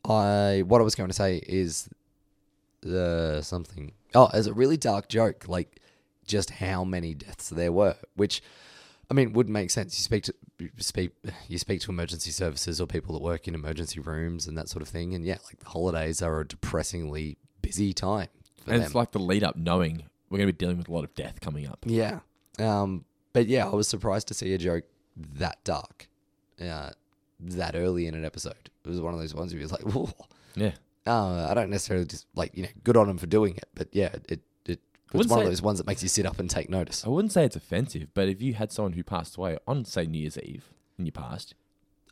I what I was going to say is the something. Oh, it's a really dark joke. Like just how many deaths there were, which. I mean, would make sense. You speak to you speak you speak to emergency services or people that work in emergency rooms and that sort of thing. And yeah, like the holidays are a depressingly busy time. For
and
them.
it's like the lead up knowing we're going to be dealing with a lot of death coming up.
Yeah. Um, but yeah, I was surprised to see a joke that dark, uh, that early in an episode. It was one of those ones where you was like, "Whoa."
Yeah.
Uh, I don't necessarily just like you know, good on him for doing it, but yeah, it it was
Wouldn't
one of
say-
those ones that makes you sit up and take notice.
I wouldn't say it's offensive, but if you had someone who passed away on, say, New Year's Eve and you passed,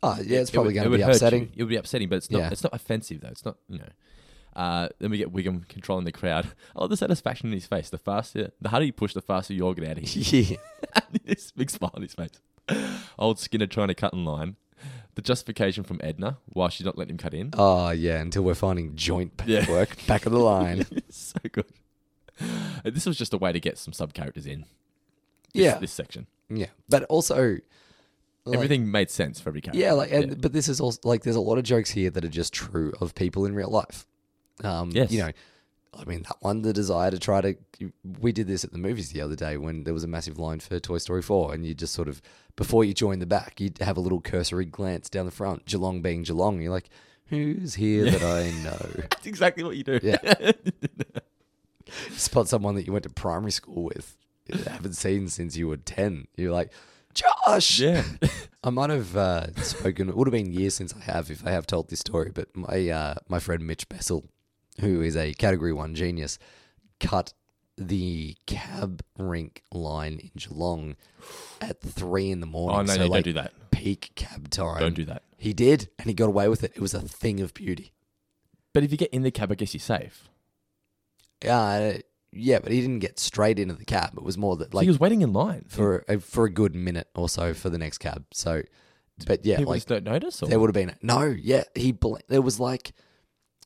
Oh, yeah, it's
it would-
probably going
it
to
would
be
hurt you.
upsetting.
It would be upsetting, but it's not.
Yeah.
It's not offensive though. It's not. You know. Uh, then we get Wiggum controlling the crowd. Oh, the satisfaction in his face. The faster, the harder you push, the faster you'll get out of here.
Yeah.
this big smile on his face. Old Skinner trying to cut in line. The justification from Edna why she's not letting him cut in.
Oh yeah, until we're finding joint
Yeah.
paperwork back of the line.
so good. Uh, This was just a way to get some sub characters in. This,
yeah,
This section.
yeah, but also like-
Everything made sense for every character.
Yeah, like, and, but this is also like there's a lot of jokes here that are just true of people in real life. Um,
Yes.
you know, I mean that one, the desire to try to. We did this at the movies the other day when there was a massive line for Toy Story Four, and you just sort of before you join the back, you have a little cursory glance down the front, Geelong being Geelong. You're like, who's here that I know?
That's exactly what you do.
Yeah. Spot someone that you went to primary school with, you haven't seen since you were ten. You're like, Josh.
Yeah.
I might have uh, spoken. It would have been years since I have, if I have told this story. But my uh, my friend Mitch Bessel, who is a Category One genius, cut the cab rink line in Geelong at three in the morning.
Oh, no,
So,
no,
like,
don't do that.
Peak cab time.
Don't do that.
He did, and he got away with it. It was a thing of beauty.
But if you get in the cab, I guess you're safe.
Uh, yeah, but he didn't get straight into the cab. It was more that
So
like
he was waiting in line.
for a, for a good minute or so for the next cab. So, but yeah,
People
like
just don't notice. Or?
There would have been no, yeah. He bl- there was like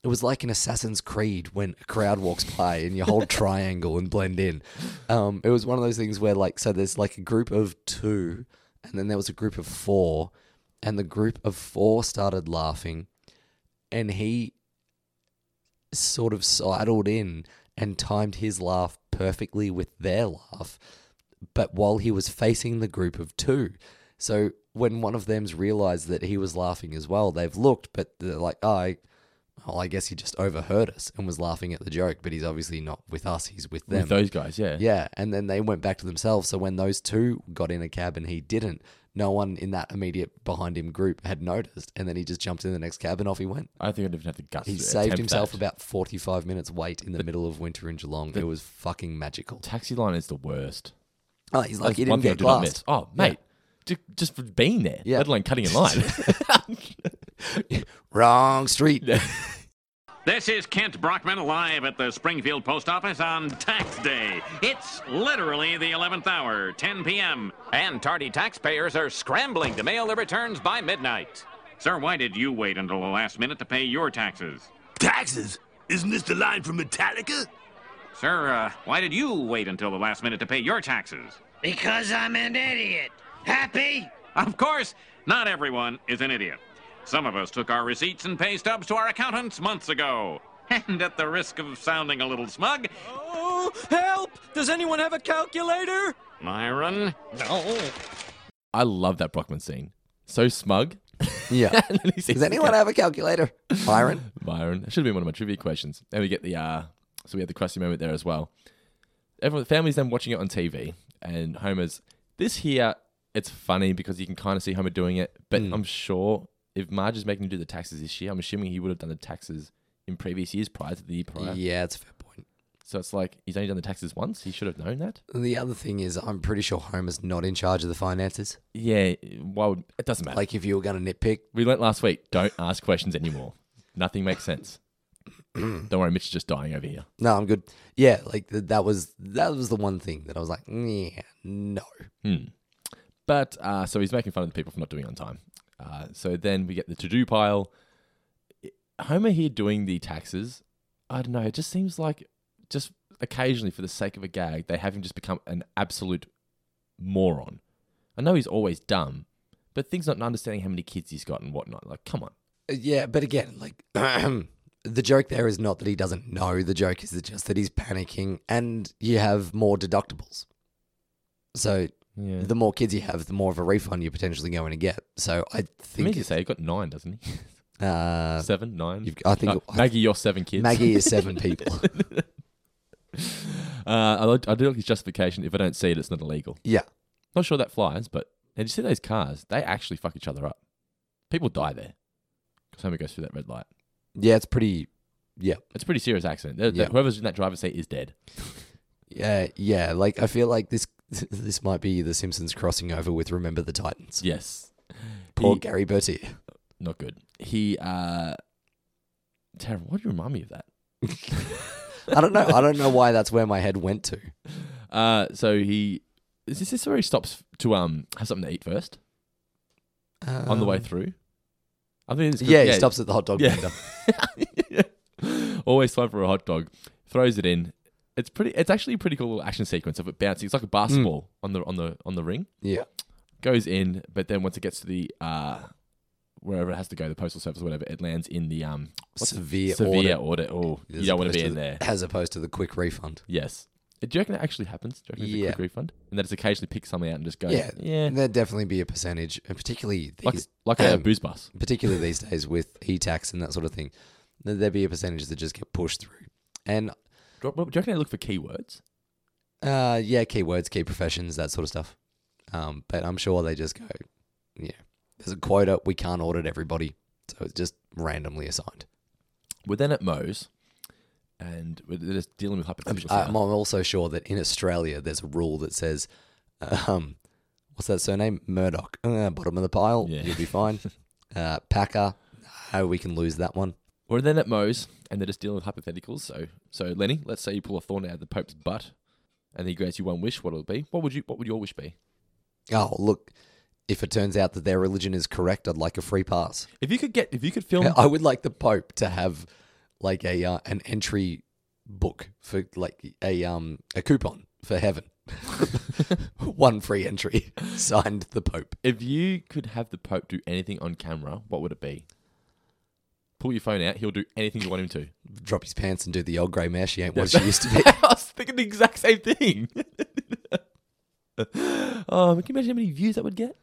it was like an Assassin's Creed when a crowd walks by and you hold triangle and blend in. Um, it was one of those things where like so there's like a group of two, and then there was a group of four, and the group of four started laughing, and he sort of sidled in and timed his laugh perfectly with their laugh, but while he was facing the group of two. So when one of them's realized that he was laughing as well, they've looked, but they're like, oh, I, well, I guess he just overheard us and was laughing at the joke, but he's obviously not with us, he's with them.
With those guys, yeah.
Yeah, and then they went back to themselves. So when those two got in a cab and he didn't, no one in that immediate behind him group had noticed. And then he just jumped in the next cab and off he went.
I think I'd even have the guts.
He
to
saved
attempt
himself
that.
about 45 minutes wait in the, middle of winter in Geelong.
the-
it was fucking magical.
Taxi line is the worst.
Oh, he's like,
That's
he
one
didn't
thing I
get
do not
glassed.
miss. Oh,
Yeah.
mate, ju- just for being there,
Yeah.
let alone cutting in line.
Wrong street.
This is Kent Brockman live at the Springfield Post Office on Tax Day. It's literally the 11th hour, 10 p.m.
And tardy taxpayers are scrambling to mail their returns by midnight.
Sir, why did you wait until the last minute to pay your taxes?
Taxes? Isn't this the line from Metallica?
Sir, uh, why did you wait until the last minute to pay your taxes?
Because I'm an idiot. Happy?
Of course, not everyone is an idiot. Some of us took our receipts and pay stubs to our accountants months ago. And at the risk of sounding a little smug,
Oh, help! Does anyone have a calculator?
Myron? No.
I love that Brockman scene. So smug.
Yeah.
And then he sees
Does
the
anyone
cat.
have a calculator? Byron?
Byron. It should have been one of my trivia questions. Then we get the uh so we had the crusty moment there as well. Everyone the family's then watching it on TV and Homer's this here it's funny because you can kind of see Homer doing it, but
Hmm.
I'm sure if Marge is making him do the taxes this year, I'm assuming he would have done the taxes in previous years prior to the year prior.
Yeah, it's a fair point.
So it's like he's only done the taxes once. He should have known that.
The other thing is, I'm pretty sure Homer's not in charge of the finances.
Yeah, why would it doesn't matter.
Like, if you were going to nitpick,
We learnt last week, don't ask questions anymore. Nothing makes sense. don't worry, Mitch is just dying over here.
no, I'm good. Yeah, like th- that was that was the one thing that I was like, yeah, no.
Hmm. But uh, so he's making fun of the people for not doing it on time. Uh, so then we get the to do pile. Homer here doing the taxes. I don't know. It just seems like just occasionally, for the sake of a gag, they have him just become an absolute moron. I know he's always dumb, but things not understanding how many kids he's got and whatnot. Like, come on.
Uh, Yeah, but again, like the joke there is not that he doesn't know. The joke is that just that he's panicking, and you have more deductibles. So
Yeah.
the more kids you have, the more of a refund you're potentially going to get. So I
I
think
mean, you say he got nine, doesn't he?
uh,
seven, nine.
you've- I think-
No,
I-
Uh, Maggie, you're seven kids.
Maggie is seven people.
Uh, I, like- I do like his justification. If I don't see it, it's not illegal.
Yeah.
Not sure that flies, but and you see those cars? They actually fuck each other up. People die there because Homer goes through that red light.
Yeah, it's pretty. Yeah,
It's a pretty serious accident. They're-
Yeah.
Whoever's in that driver's seat is dead.
yeah, yeah. Like I feel like this this might be the Simpsons crossing over with Remember the Titans.
Yes.
Poor
He-
Gary Bertier.
Not good. He, uh, Tara, why do you remind me of that?
I don't know. I don't know why that's where my head went to.
Uh, so he, is this, is this where he stops to um have something to eat first on the way
Um,
through? I think it's 'cause-
Yeah, he stops at the hot dog vendor.
Always time for a hot dog. Throws it in. It's pretty. It's actually a pretty cool little action sequence of it bouncing. It's like a basketball
Mm.
on the on the on the ring.
Yeah.
Goes in, but then once it gets to the uh, wherever it has to go, the postal service, or whatever, it lands in the um what's-
Severe
severe audit. Oh, you
As
don't want to be
opposed
in there.
the- As opposed to the quick refund.
Yes. Uh, Do you reckon that actually happens? Do you reckon it's
Yeah.
a quick refund? And that it's occasionally picks something out and just goes,
Yeah,
yeah.
There'd definitely be a percentage, and particularly
Like-
these,
like a booze bus.
Particularly these days with e tax and that sort of thing, th- there'd be a percentage that just get pushed through. And
Do you reckon they look for keywords?
uh, yeah, keywords, key professions, that sort of stuff. Um, but I'm sure they just go, yeah. There's a quota. We can't audit everybody, so it's just randomly assigned.
We're then at Moe's, and we're they're just dealing with hypothetical.
I'm also sure that in Australia there's a rule that says, um, what's that surname? Murdoch, uh, bottom of the pile.
Yeah.
You'll be fine. uh, Packer, no, we can lose that one.
We're then at Moe's, and they're just dealing with hypotheticals. So, so Lenny, let's say you pull a thorn out of the Pope's butt, and he grants you one wish. What will it be? What would you? What would your wish be?
Oh, look, if it turns out that their religion is correct, I'd like a free pass.
If you could get, if you could film,
I would like the Pope to have like a uh, an entry book for like a um a coupon for heaven. one free entry signed the Pope.
if you could have the Pope do anything on camera, what would it be? Pull your phone out. He'll do anything you want him to.
drop his pants and do the old grey mesh. He ain't what she used to be.
I was thinking the exact same thing. um, can you imagine how many views that would get?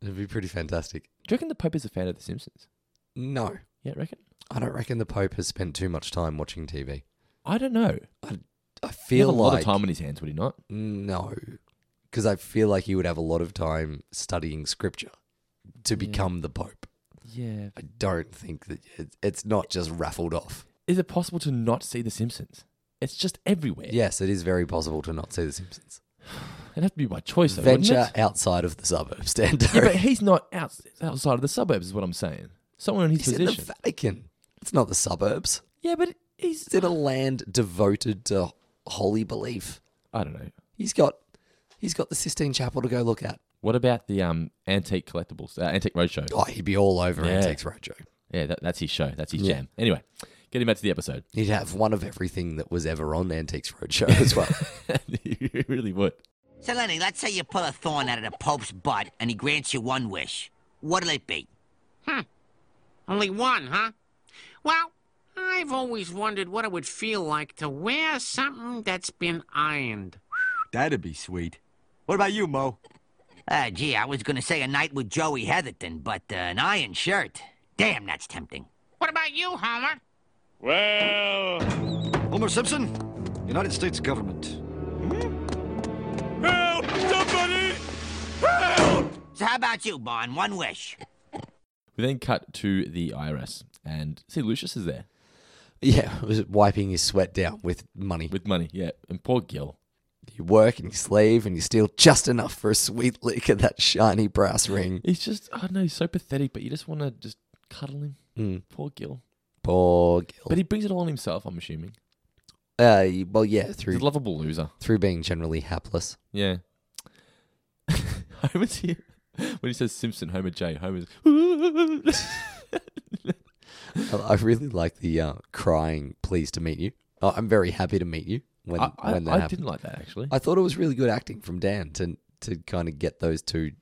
It'd be pretty fantastic.
Do you reckon the Pope is a fan of The Simpsons?
No.
Yeah, reckon?
I don't reckon the Pope has spent too much time watching TV.
I don't know.
I, I
He has a
feel
lot
like
of time on his hands, would he not?
no, because I feel like he would have a lot of time studying scripture to become the Pope.
Yeah.
I don't think that it, it's not just raffled off.
Is it possible to not see The Simpsons? It's just everywhere.
Yes, it is very possible to not see The Simpsons.
It'd have to be by choice, though, wouldn't
Venture
it?
outside of the suburbs, Dando.
Yeah, but he's not out, outside of the suburbs, is what I'm saying. Someone in his
He's in
position.
the Vatican. It's not the suburbs.
yeah, but he's.
It's in a land devoted to holy belief.
I don't know.
He's got he's got the Sistine Chapel to go look at.
What about the um antique collectibles, uh, antique roadshow?
Oh, he'd be all over
Yeah.
Antiques Roadshow.
Yeah, that, that's his show. That's his
Yeah.
jam. Anyway, getting back to the episode.
He'd have one of everything that was ever on Antiques Roadshow as well.
you really would.
So, Lenny, let's say you pull a thorn out of the Pope's butt and he grants you one wish. What'll it be?
Only one, huh? Well, I've always wondered what it would feel like to wear something that's been ironed.
That'd be sweet. What about you, Mo?
Ah, gee, I was going to say a night with Joey Heatherton, but uh, an iron shirt. Damn, that's tempting.
What about you, Homer?
Well. Homer Simpson, United States government.
Help! Somebody! Help! So, how about you, Bon? One wish.
We then cut to the IRS and see Lucius is there
yeah, it was wiping his sweat down with money.
with money. Yeah, and poor Gil.
You work and you slave and you steal just enough for a sweet lick of that shiny brass ring.
He's just I don't know. He's so pathetic, but you just want to just cuddle him.
Mm.
Poor Gil.
Poor Gil.
But he brings it all on himself. I'm assuming.
Uh, well, yeah,
He's a
through
lovable loser.
through being generally hapless.
Yeah. Homer's here when he says Simpson. Homer J. Homer's. yeah,
I- I really like the uh, crying. Pleased to meet you. Oh, I'm very happy to meet you. When
I- I-
when that
I
happened.
didn't like that, actually.
I thought it was really good acting from Dan to to kind of get those two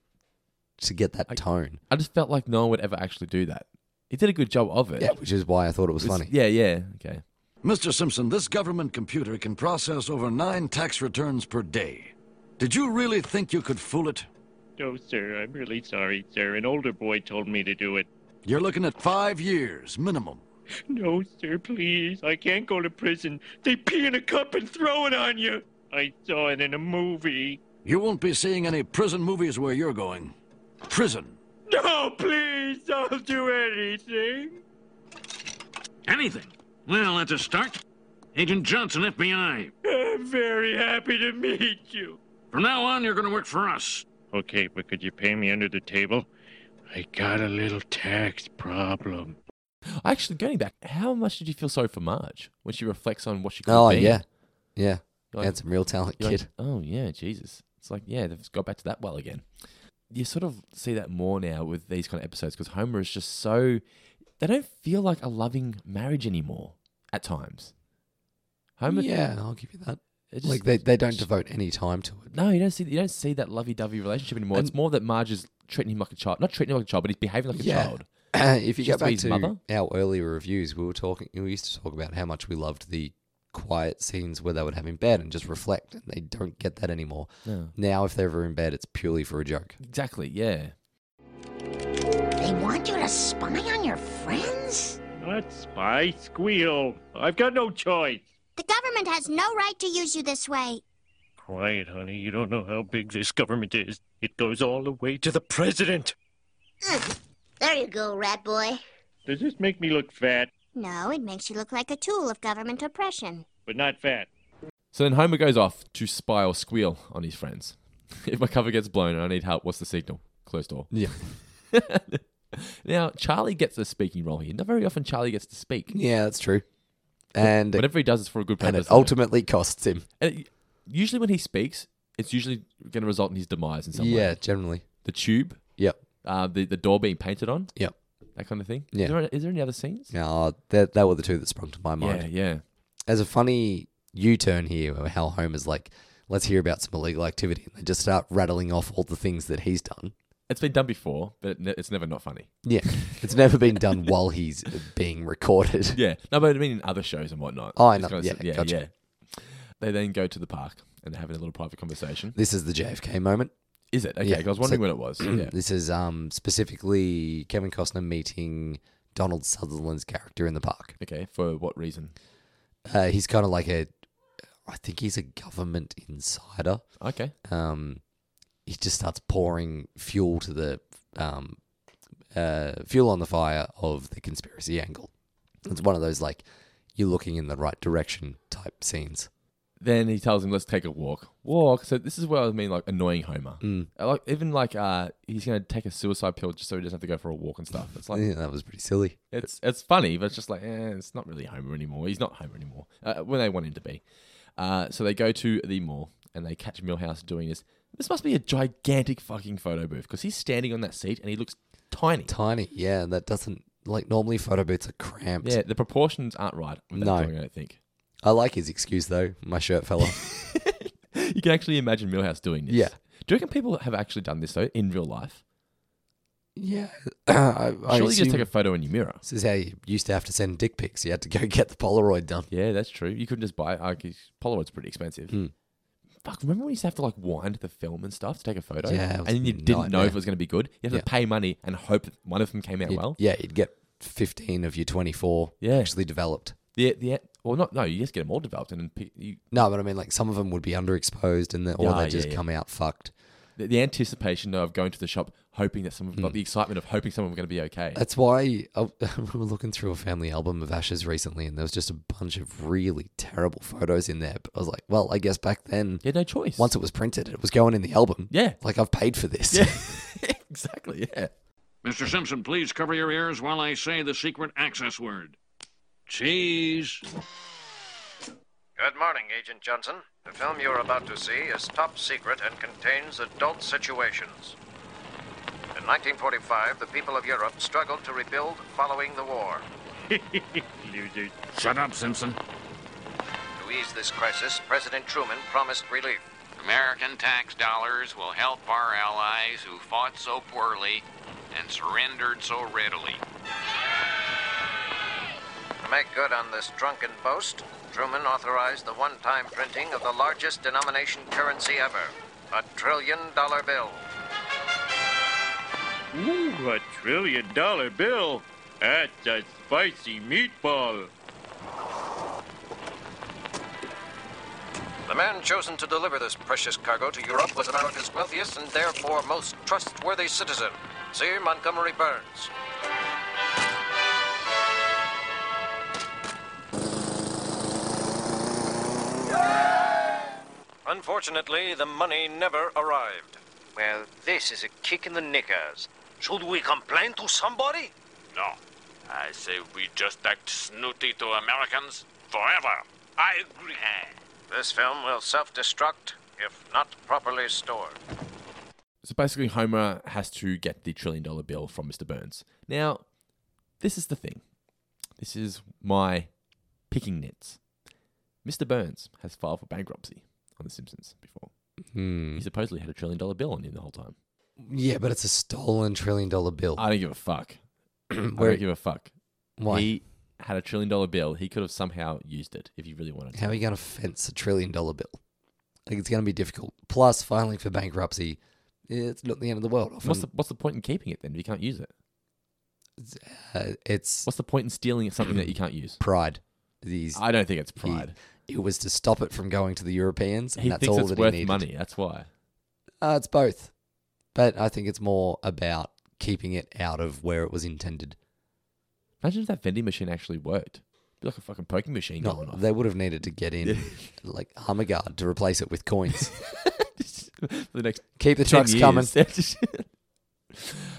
to get that tone.
I just felt like no one would ever actually do that. He did a good job of it.
Yeah, which is why I thought it was
It's-
funny.
Yeah, yeah. Okay.
Mr. Simpson, this government computer can process over nine tax returns per day. Did you really think you could fool it?
No, sir, I'm really sorry, sir. An older boy told me to do it.
You're looking at five years minimum.
No, sir, please. I can't go to prison. They pee in a cup and throw it on you. I saw it in a movie.
You won't be seeing any prison movies where you're going. Prison.
No, please, I'll do anything.
Anything. Well, that's a start. Agent Johnson, FBI.
I'm very happy to meet you.
From now on, you're going to work for us.
Okay, but could you pay me under the table? I got a little tax problem.
Actually, going back, how much did you feel sorry for Marge when she reflects on what she could
Oh
be?
yeah, yeah.
Like-
Had some real talent,
You're like,
kid.
oh yeah, Jesus. It's like yeah, they've got back to that well again. You sort of see that more now with these kind of episodes because Homer is just so they don't feel like a loving marriage anymore at times. Homer,
yeah, I'll give you that.
It
like
just-
they, they don't devote any time to it.
no, you don't see you don't see that lovey-dovey relationship anymore. it's more that Marge is treating him like a child, not treating him like a child, but he's behaving like a
Yeah.
child.
if you
She
go
has to be
back
his
to
mother.
our earlier reviews, we were talking. We used to talk about how much we loved the quiet scenes where they would have in bed and just reflect, and they don't get that anymore.
No.
Now, if they're ever in bed, it's purely for a joke.
Exactly. Yeah.
They want you to spy on your friends?
Not spy, squeal. I've got no choice.
The government has no right to use you this way.
Quiet, honey. You don't know how big this government is. It goes all the way to the president.
Hmm. There you go, rat boy.
Does this make me look fat?
No, it makes you look like a tool of government oppression.
But not fat.
So then Homer goes off to spy or squeal on his friends. If my cover gets blown and I need help, what's the signal? Closed door.
Yeah.
now, Charlie gets a speaking role here. Not very often Charlie gets to speak.
Yeah, that's true. And
Whatever he does is for a good
and
purpose.
it
though.
ultimately costs him.
And it- usually when he speaks, it's usually going to result in his demise in some way.
Yeah, generally.
The tube.
Yep.
Uh, the, the door being painted on.
Yep.
That kind of thing.
Yeah.
Is there, is there any other scenes?
No, that that were the two that sprung to my mind.
Yeah, yeah.
There's a funny U turn here where Hal Homer's like, let's hear about some illegal activity. And they just start rattling off all the things that he's done.
It's been done before, but it ne- it's never not funny.
Yeah, it's never been done while he's being recorded.
Yeah, no, but I mean in other shows and whatnot.
Oh, I
It's
know.
kinda
Yeah,
s-
gotcha.
yeah. They then go to the park and they're having a little private conversation.
This is the JFK moment.
Is it? Okay, 'cause I was wondering when it was. Yeah.
This is um, specifically Kevin Costner meeting Donald Sutherland's character in the park.
Okay, for what reason?
Uh, he's kind of like a, I think he's a government insider.
Okay.
Um, he just starts pouring fuel to the um, uh, fuel on the fire of the conspiracy angle. It's one of those like you're looking in the right direction type scenes.
Then he tells him, "Let's take a walk." Walk. So this is where I mean, like annoying Homer.
Mm.
I Like even like uh, he's gonna take a suicide pill just so he doesn't have to go for a walk and stuff. It's like
yeah, that was pretty silly.
It's it's funny, but it's just like eh, it's not really Homer anymore. He's not Homer anymore uh, when they want him to be. Uh, so they go to the mall and they catch Millhouse doing this. This must be a gigantic fucking photo booth because he's standing on that seat and he looks tiny.
Tiny, yeah, and that doesn't like normally photo booths are cramped.
Yeah, the proportions aren't right. With that
No.
drawing, I don't think
I like his excuse though. My shirt fell off.
you can actually imagine Millhouse doing this.
Yeah.
Do you reckon people have actually done this though in real life?
yeah, I, I
Surely you
assume-
just take a photo in your mirror.
This is how you used to have to send dick pics. You had to go get the Polaroid done.
Yeah, that's true. You couldn't just buy it. Like, Polaroid's pretty expensive.
Hmm.
Fuck, remember when you used to have to like wind the film and stuff to take a photo?
Yeah, it
and
was
then you
a
didn't know
nightmare.
if it was going to be good. You have to pay money and hope that one of them came out
You'd-
well.
yeah, you'd get 15 of your 24
Yeah.
actually developed.
The the well, not no, you just get them all developed and then pick, you,
No, but I mean, like some of them would be underexposed and the, or
Yeah,
they
yeah,
just
yeah.
come out fucked.
the, the anticipation of going to the shop, hoping that some of like, the excitement of hoping someone was going to be okay.
Hmm. That's why I, we were looking through a family album of Ashes recently, and there was just a bunch of really terrible photos in there. But I was like, well, I guess back then,
you had no choice.
Once it was printed, it was going in the album.
Yeah,
like I've paid for this.
exactly. Yeah.
Mr. Simpson, please cover your ears while I say the secret access word. Cheese.
Good morning, Agent Johnson. The film you are about to see is top secret and contains adult situations. In 1945, the people of Europe struggled to rebuild following the war.
Losers. Shut up, Simpson.
To ease this crisis, President Truman promised relief.
American tax dollars will help our allies who fought so poorly and surrendered so readily.
To make good on this drunken boast, Truman authorized the one time printing of the largest denomination currency ever a trillion dollar bill.
Ooh, a trillion dollar bill. That's a spicy meatball.
The man chosen to deliver this precious cargo to Europe was America's wealthiest and therefore most trustworthy citizen, Sir Montgomery Burns. Unfortunately, the money never arrived. Well, this is a kick in the knickers. Should we complain to somebody?
No, I say we just act snooty to Americans forever. I agree.
This film will self destruct if not properly stored.
So basically, Homer has to get the trillion dollar bill from Mr. Burns. Now, this is the thing. This is my picking nits. Mr. Burns has filed for bankruptcy on The Simpsons before.
Hmm.
He supposedly had a trillion dollar bill on him the whole time.
Yeah, but it's a stolen trillion dollar bill.
I don't give a fuck. I
Where-
don't give a fuck.
Why?
He had a trillion dollar bill. He could have somehow used it if he really wanted to.
How are you going to fence a trillion dollar bill? Like it's going to be difficult. Plus, filing for bankruptcy, it's not the end of the world. Often,
What's the, what's the point in keeping it then if you can't use it?
uh, it's
what's the point in stealing something that you can't use?
Pride. These.
I don't think it's pride.
it was to stop it from going to the Europeans, and
He
that's
thinks
all
it's
that
worth
he needed.
money. That's why.
Uh, it's both, but I think it's more about keeping it out of where it was intended.
Imagine if that vending machine actually worked. It'd be like a fucking poking machine
No,
going off.
they would have needed to get in like armor guard to replace it with coins.
For the next
Keep the
10
trucks coming.
years.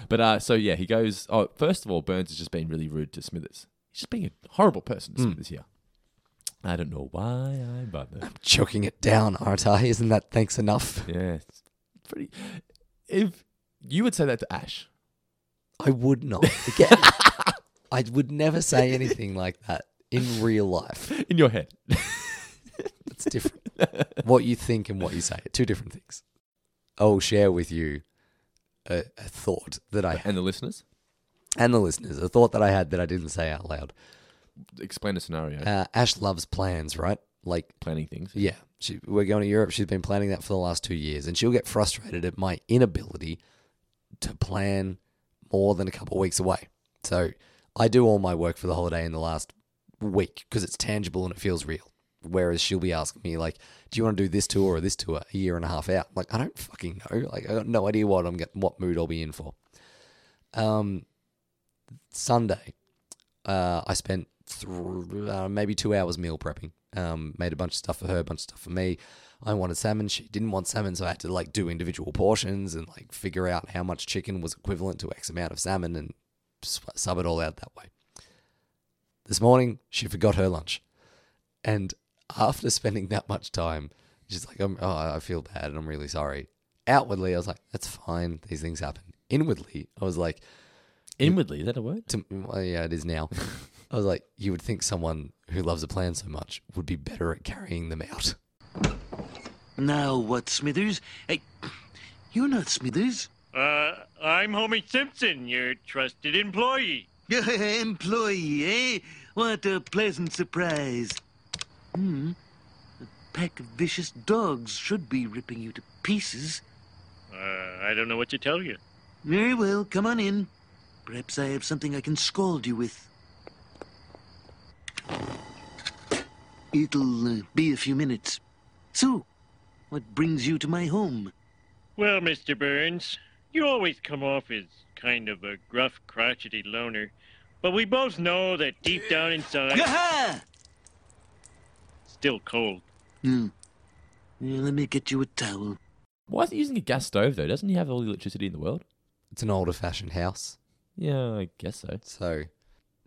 but uh, so yeah, he goes. Oh, first of all, Burns has just been really rude to Smithers. He's just being a horrible person to
Mm.
Smithers here. I don't know why I bother. I'm
Choking it down, aren't I? Isn't that thanks enough?
Yeah, it's pretty. If you would say that to Ash,
I would not. Again, I would never say anything like that in real life.
In your head.
it's different. What you think and what you say are two different things. I will share with you a, a thought that I
and the listeners
and the listeners a thought that I had that I didn't say out loud.
Explain the scenario.
Uh, Ash loves plans, right? Like
planning things.
Yeah, she, we're going to Europe. She's been planning that for the last two years, and she'll get frustrated at my inability to plan more than a couple of weeks away. So I do all my work for the holiday in the last week because it's tangible and it feels real. Whereas she'll be asking me like, "Do you want to do this tour or this tour a year and a half out?" Like I don't fucking know. Like I got no idea what I'm get, what mood I'll be in for. Um, Sunday, uh, I spent thr uh, maybe two hours meal prepping. Um, made a bunch of stuff for her, a bunch of stuff for me. I wanted salmon. She didn't want salmon, so I had to like do individual portions and like figure out how much chicken was equivalent to X amount of salmon and s- sub it all out that way. This morning, she forgot her lunch. And after spending that much time, she's like, I'm, oh, I feel bad and I'm really sorry. Outwardly, I was like, that's fine. These things happen. Inwardly, I was like,
Inwardly, is that a word?
To, well, yeah, it is now. I was like, you would think someone who loves a plan so much would be better at carrying them out.
Now what, Smithers? Hey, you're not Smithers.
Uh, I'm Homie Simpson, your trusted employee.
Employee, eh? What a pleasant surprise. Hmm. A pack of vicious dogs should be ripping you to pieces.
Uh, I don't know what to tell you.
Very well, come on in. Perhaps I have something I can scald you with. It'll uh, be a few minutes. So, what brings you to my home?
Well, Mr. Burns, you always come off as kind of a gruff, crotchety loner, but we both know that deep down inside,
Uh,
still cold.
Hmm. Yeah, let me get you a towel.
Why is he using a gas stove though? Doesn't he have all the electricity in the world?
It's an older fashioned house.
Yeah, I guess so.
So,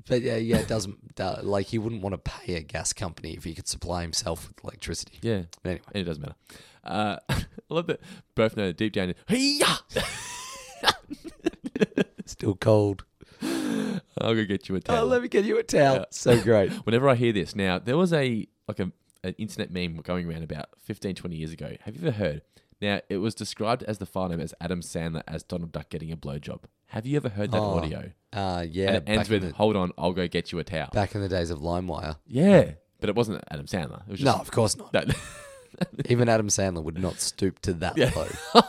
but yeah, yeah, it doesn't da- like he wouldn't want to pay a gas company if he could supply himself with electricity.
Yeah.
But anyway,
it doesn't matter. Uh, I love that both know that deep down. Hey-ya!
Still cold.
I'll go Oh, get you a towel.
let me get you a towel. So great.
Whenever I hear this, now there was a like a, an internet meme going around about 15, 20 years ago. Have you ever heard? Now it was described as the file name as Adam Sandler as Donald Duck getting a blowjob. Have you ever heard that
Oh,
audio?
uh, yeah,
And it
back
ends
in
with,
the-
"Hold on, I'll go get you a towel."
Back in the days of LimeWire,
Yeah, but it wasn't Adam Sandler. It was just,
No, of course not.
That-
even Adam Sandler would not stoop to that
Yeah.
low.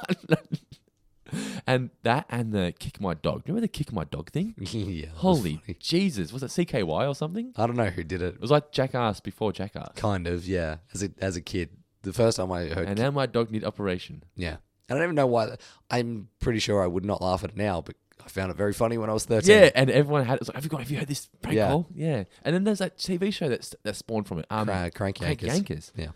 and that and the kick my dog. Remember the kick my dog thing?
yeah.
Holy Jesus! Was it CKY or something?
I don't know who did it.
It was like Jackass before Jackass.
Kind of, yeah. As a as a kid, the first time I heard,
And now my dog need operation.
yeah, I don't even know why. I'm pretty sure I would not laugh at it now, but I found it very funny when I was thirteen.
Yeah, and everyone had it was like, have you got have you heard this prank
Yeah.
call? Yeah. And then there's that TV show that that spawned from it. Um,
Cra- Crank Yankers.
Yankers.
Yeah.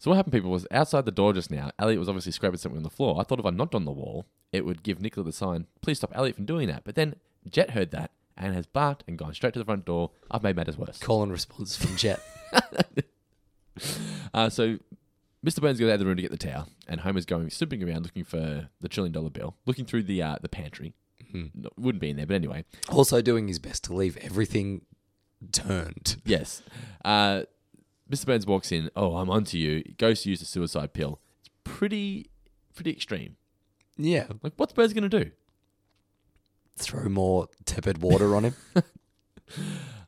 So what happened, people, was outside the door just now. Elliot was obviously scraping something on the floor. I thought if I knocked on the wall, it would give Nicola the sign, please stop Elliot from doing that. But then Jet heard that and has barked and gone straight to the front door. I've made matters worse.
Call and response from Jet.
Uh, so Mr. Burns goes out of the room to get the towel, and Homer's going snooping around looking for the trillion dollar bill, looking through the uh, the pantry. No, wouldn't be in there, but anyway.
also doing his best to leave everything turned.
Yes. Uh, Mr. Burns walks in. Oh, I'm onto you. Goes to use the suicide pill. It's pretty, pretty extreme.
Yeah,
Like, what's Burns going to do?
throw more tepid water on him.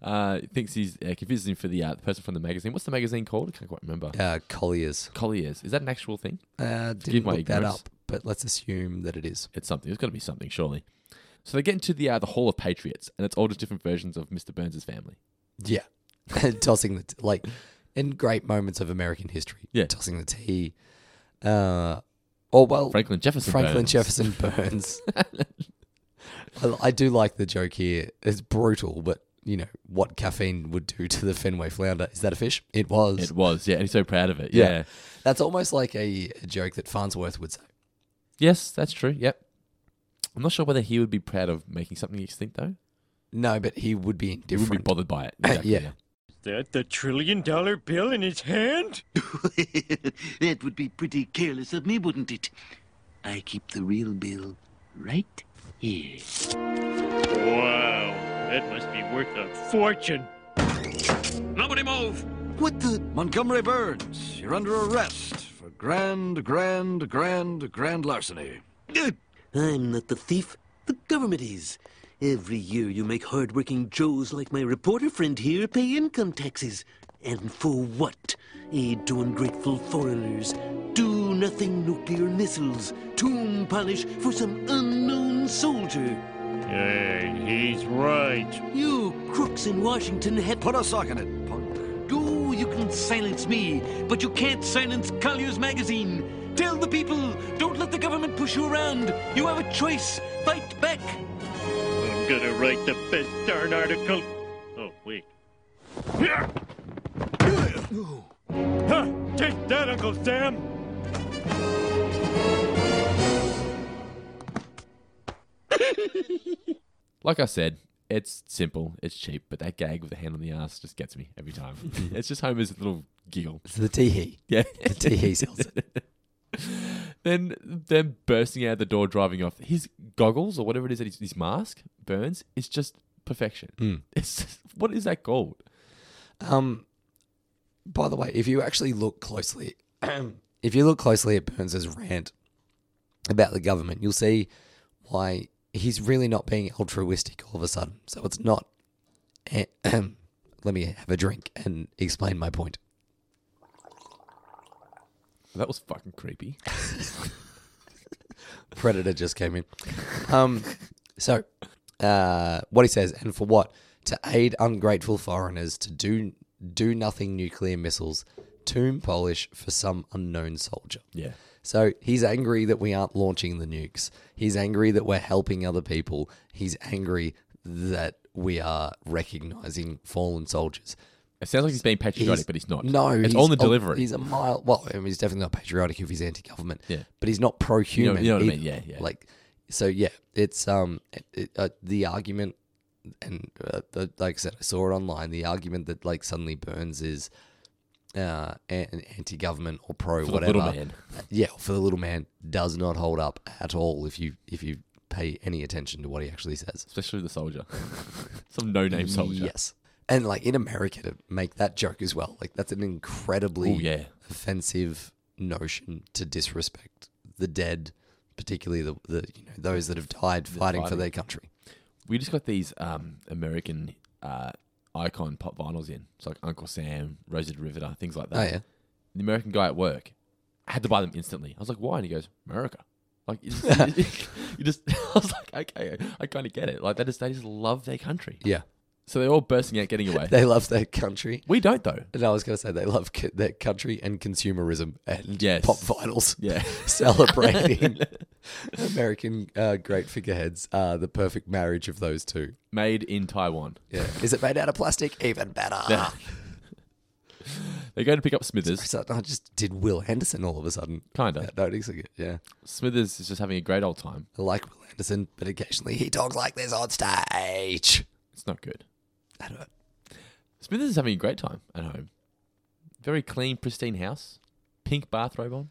Uh, thinks he's uh, confuses him for the, uh, the person from the magazine. What's the magazine called? I can't quite remember.
Uh, Collier's.
Colliers. Is that an actual thing?
Uh,
Forgive
didn't
my
look that
ignorance.
up, but let's assume that it is.
It's something. It's got to be something, surely. So they get into the uh, the Hall of Patriots, and it's all just different versions of Mr. Burns' family.
Yeah, tossing the t- like in great moments of American history.
Yeah.
tossing the tea. Uh, or well,
Franklin Jefferson
Franklin
Burns.
Jefferson Burns. I, I do like the joke here. It's brutal, but you know what caffeine would do to the Fenway flounder. Is that a fish? It was.
It was, yeah, and he's so proud of it. Yeah.
That's almost like a, a joke that Farnsworth would say.
Yes, that's true. Yep. I'm not sure whether he would be proud of making something extinct though.
No, but he would be
He would
indifferent.
be bothered by it.
Yeah.
Is that the trillion dollar bill in his hand?
that would be pretty careless of me, wouldn't it? I keep the real bill right here.
Wow, that must be worth a fortune.
Nobody move!
What the?
Montgomery Burns, you're under arrest for grand, grand, grand, grand larceny.
Uh, I'm not the thief. The government is. Every year you make hard-working Joes like my reporter friend here pay income taxes. And for what? Aid to ungrateful foreigners. Do-nothing nuclear missiles. Tomb polish for some unknown soldier.
Hey, he's right.
You crooks in Washington have...
Put a sock in it, punk.
Oh, you can silence me, but you can't silence Collier's magazine. Tell the people, don't let the government push you around. You have a choice. Fight back.
I'm gonna write the best darn article. Oh, wait. Yeah. Huh, Take that, Uncle Sam!
Like I said, it's simple, it's cheap, but that gag with the hand on the ass just gets me every time. it's just Homer's little giggle.
It's the tee-hee.
Yeah.
The tee-hee sells
it. then them bursting out the door driving off. His goggles or whatever it is that his, his mask burns is just perfection.
Mm.
It's just, what is that called?
Um, by the way, if you actually look closely, if you look closely at Burns's rant about the government, you'll see why he's really not being altruistic all of a sudden. So it's not. let me have a drink and explain my point.
That was fucking creepy.
Predator just came in. Um, so, uh, what he says, and for what? To aid ungrateful foreigners to do do nothing nuclear missiles, tomb polish for some unknown soldier.
Yeah.
So he's angry that we aren't launching the nukes. He's angry that we're helping other people. He's angry that we are recognizing fallen soldiers.
It sounds like he's being patriotic, but he's not.
No,
It's
he's-
on the
oh,
delivery.
He's a mile. Well, I mean, he's definitely not patriotic if he's anti-government.
Yeah.
but he's not
You know-
pro-human.
you know what I
either.
mean, yeah, yeah.
Like, so yeah, it's um, it, it, uh, the argument, and uh, the, like I said, I saw it online. The argument that like suddenly Burns is, uh, an anti-government or pro
For the
whatever.
little man.
uh, Yeah, for the little man does not hold up at all if you if you pay any attention to what he actually says.
Especially the soldier. Some no name soldier.
Yes. And like in America to make that joke as well. Like that's an incredibly
Oh, yeah.
offensive notion to disrespect the dead, particularly the, the you know, those that have died fighting, for
fighting.
their country.
We just got these um, American uh, icon pop vinyls in. It's like Uncle Sam, Rosie the Riveter, things like that.
Oh, yeah.
The American guy at work had to buy them instantly. I was like, why? And he goes, America. Like, you just, you just- I was like, okay, I kind of get it. Like, they just, they just love their country.
Yeah.
So they're all bursting out, getting away.
They love their country.
We don't, though.
And I was going to say they love c- their country and consumerism and
Yes.
pop vinyls.
Yeah.
Celebrating American uh, great figureheads are the perfect marriage of those two.
Made in Taiwan.
Yeah. Is it made out of plastic? Even better.
Yeah. They go to pick up Smithers.
So I just did Will Anderson all of a sudden.
Kinda.
Without Noticing it, yeah.
Smithers is just having a great old time.
I like Will Anderson, but occasionally he talks like this on stage.
It's not good.
I don't.
Smithers is having a great time at home. Very clean, pristine house. Pink bathrobe on.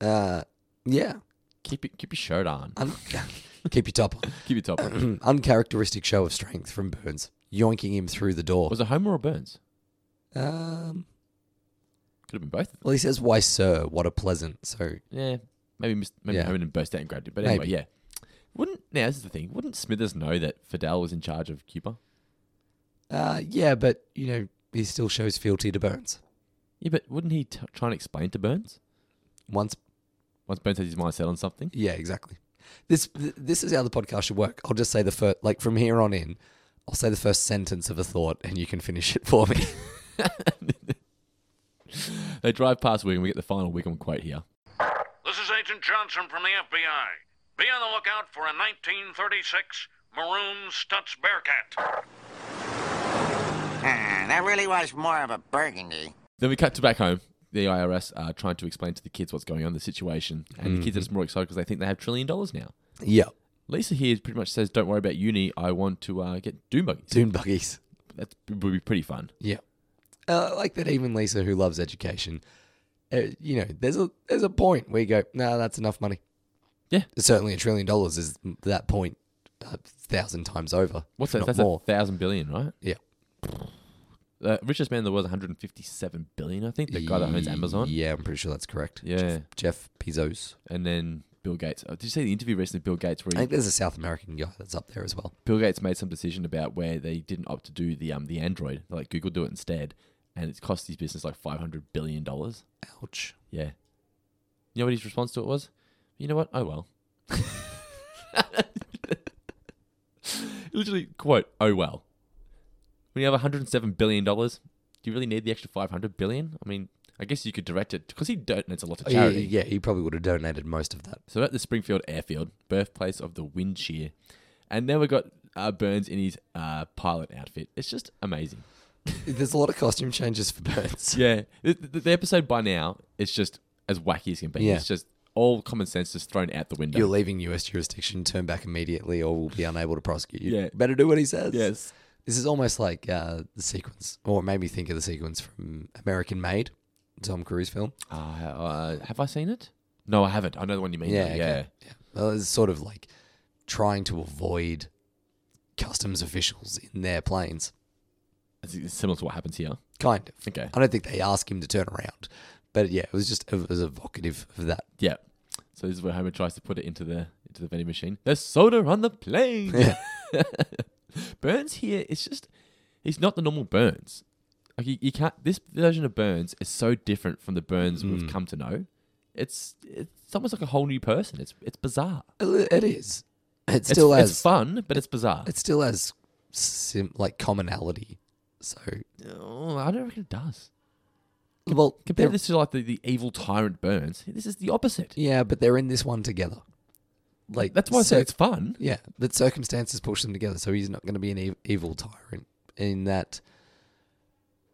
Uh, yeah.
Keep it, keep your shirt on.
Un- keep your top on.
Keep your top on.
Uncharacteristic show of strength from Burns, yoinking him through the door.
Was it Homer or Burns?
Um,
Could have been both.
well, he says, "Why, sir? What a pleasant." So
Yeah, maybe mis- maybe
Yeah.
Homer didn't burst out and grabbed it. But anyway,
Maybe.
yeah. Wouldn't now this is the thing? Wouldn't Smithers know that Fidel was in charge of Cuba?
Uh, yeah, but you know, he still shows fealty to Burns.
Yeah, but wouldn't he t- try and explain to Burns
Once,
once Burns has his mind set on something?
yeah, exactly. This th- this is how the podcast should work. I'll just say the first, like from here on in, I'll say the first sentence of a thought, and you can finish it for me.
They drive past Wiggum. We get the final Wiggum quote here.
This is Agent Johnson from the FBI. Be on the lookout for a 1936 maroon Stutz Bearcat.
Ah, that really was more of a burgundy.
Then we cut to back home. The IRS are trying to explain to the kids what's going on, the situation, and the
Mm-hmm.
kids are just more excited because they think they have trillion dollars now.
yeah,
Lisa here pretty much says, "Don't worry about uni. I want to uh, get dune buggies.
dune buggies.
That would be pretty fun."
Yeah, uh, I like that. Even Lisa, who loves education, uh, you know, there's a there's a point where you go, no, that's enough money.
Yeah.
certainly a trillion dollars is that point a thousand times over.
What's
if
that?
Not
That's
more.
a thousand billion, right?
Yeah.
The richest man in the world, is 157 billion, I think. The guy that owns Amazon.
Yeah, I'm pretty sure that's correct.
Yeah.
Jeff, Jeff Bezos.
And then Bill Gates. Oh, did you see the interview recently? Bill Gates. Where he,
I think there's a South American guy that's up there as well.
Bill Gates made some decision about where they didn't opt to do the um the Android, like Google do it instead, and it's cost his business like five hundred billion dollars.
Ouch.
Yeah. You know what his response to it was? You know what? Oh well. Literally, quote, oh well. When you have 107 billion dollars, do you really need the extra 500 billion? I mean, I guess you could direct it because he donates a lot to
Oh, yeah,
charity.
yeah, he probably would have donated most of that.
So we're at the Springfield Airfield, birthplace of the wind cheer, and now we've got uh, Burns in his uh, pilot outfit. It's just amazing.
There's a lot of costume changes for birds.
Yeah, the, the the episode by now is just as wacky as can be.
Yeah.
It's just all common sense just thrown out the window.
You're leaving US jurisdiction, turn back immediately, or we'll be unable to prosecute you.
Yeah.
Better do what he says.
Yes.
This is almost like uh, the sequence, or it made me think of the sequence from American Made, Tom Cruise film.
Uh, uh, have I seen it? No, I haven't. I know the one you mean.
Yeah,
Yeah,
okay.
yeah.
yeah. Well, it's sort of like trying to avoid customs officials in their planes.
It's it's similar to what happens here.
Kind of.
Okay.
I don't think they ask him to turn around, but yeah, it was just it was evocative of that.
Yeah. So this is where Homer tries to put it into the into the vending machine. There's soda on the plane. Burns here is just he's not the normal Burns. Like you, you can't this version of Burns is so different from the Burns
Mm.
we've come to know. It's it's almost like a whole new person. It's it's bizarre.
It is. It
It's-
still
it's
has
fun, but it's bizarre.
It still has sim- like commonality. So
Oh, I don't reckon it does.
well,
Compare
they're-
this to like the, the evil tyrant Burns. This is the opposite.
yeah, but they're in this one together. Like
That's why I say
cir-
it's fun.
Yeah, but circumstances push them together, so he's not going to be an ev- evil tyrant in that.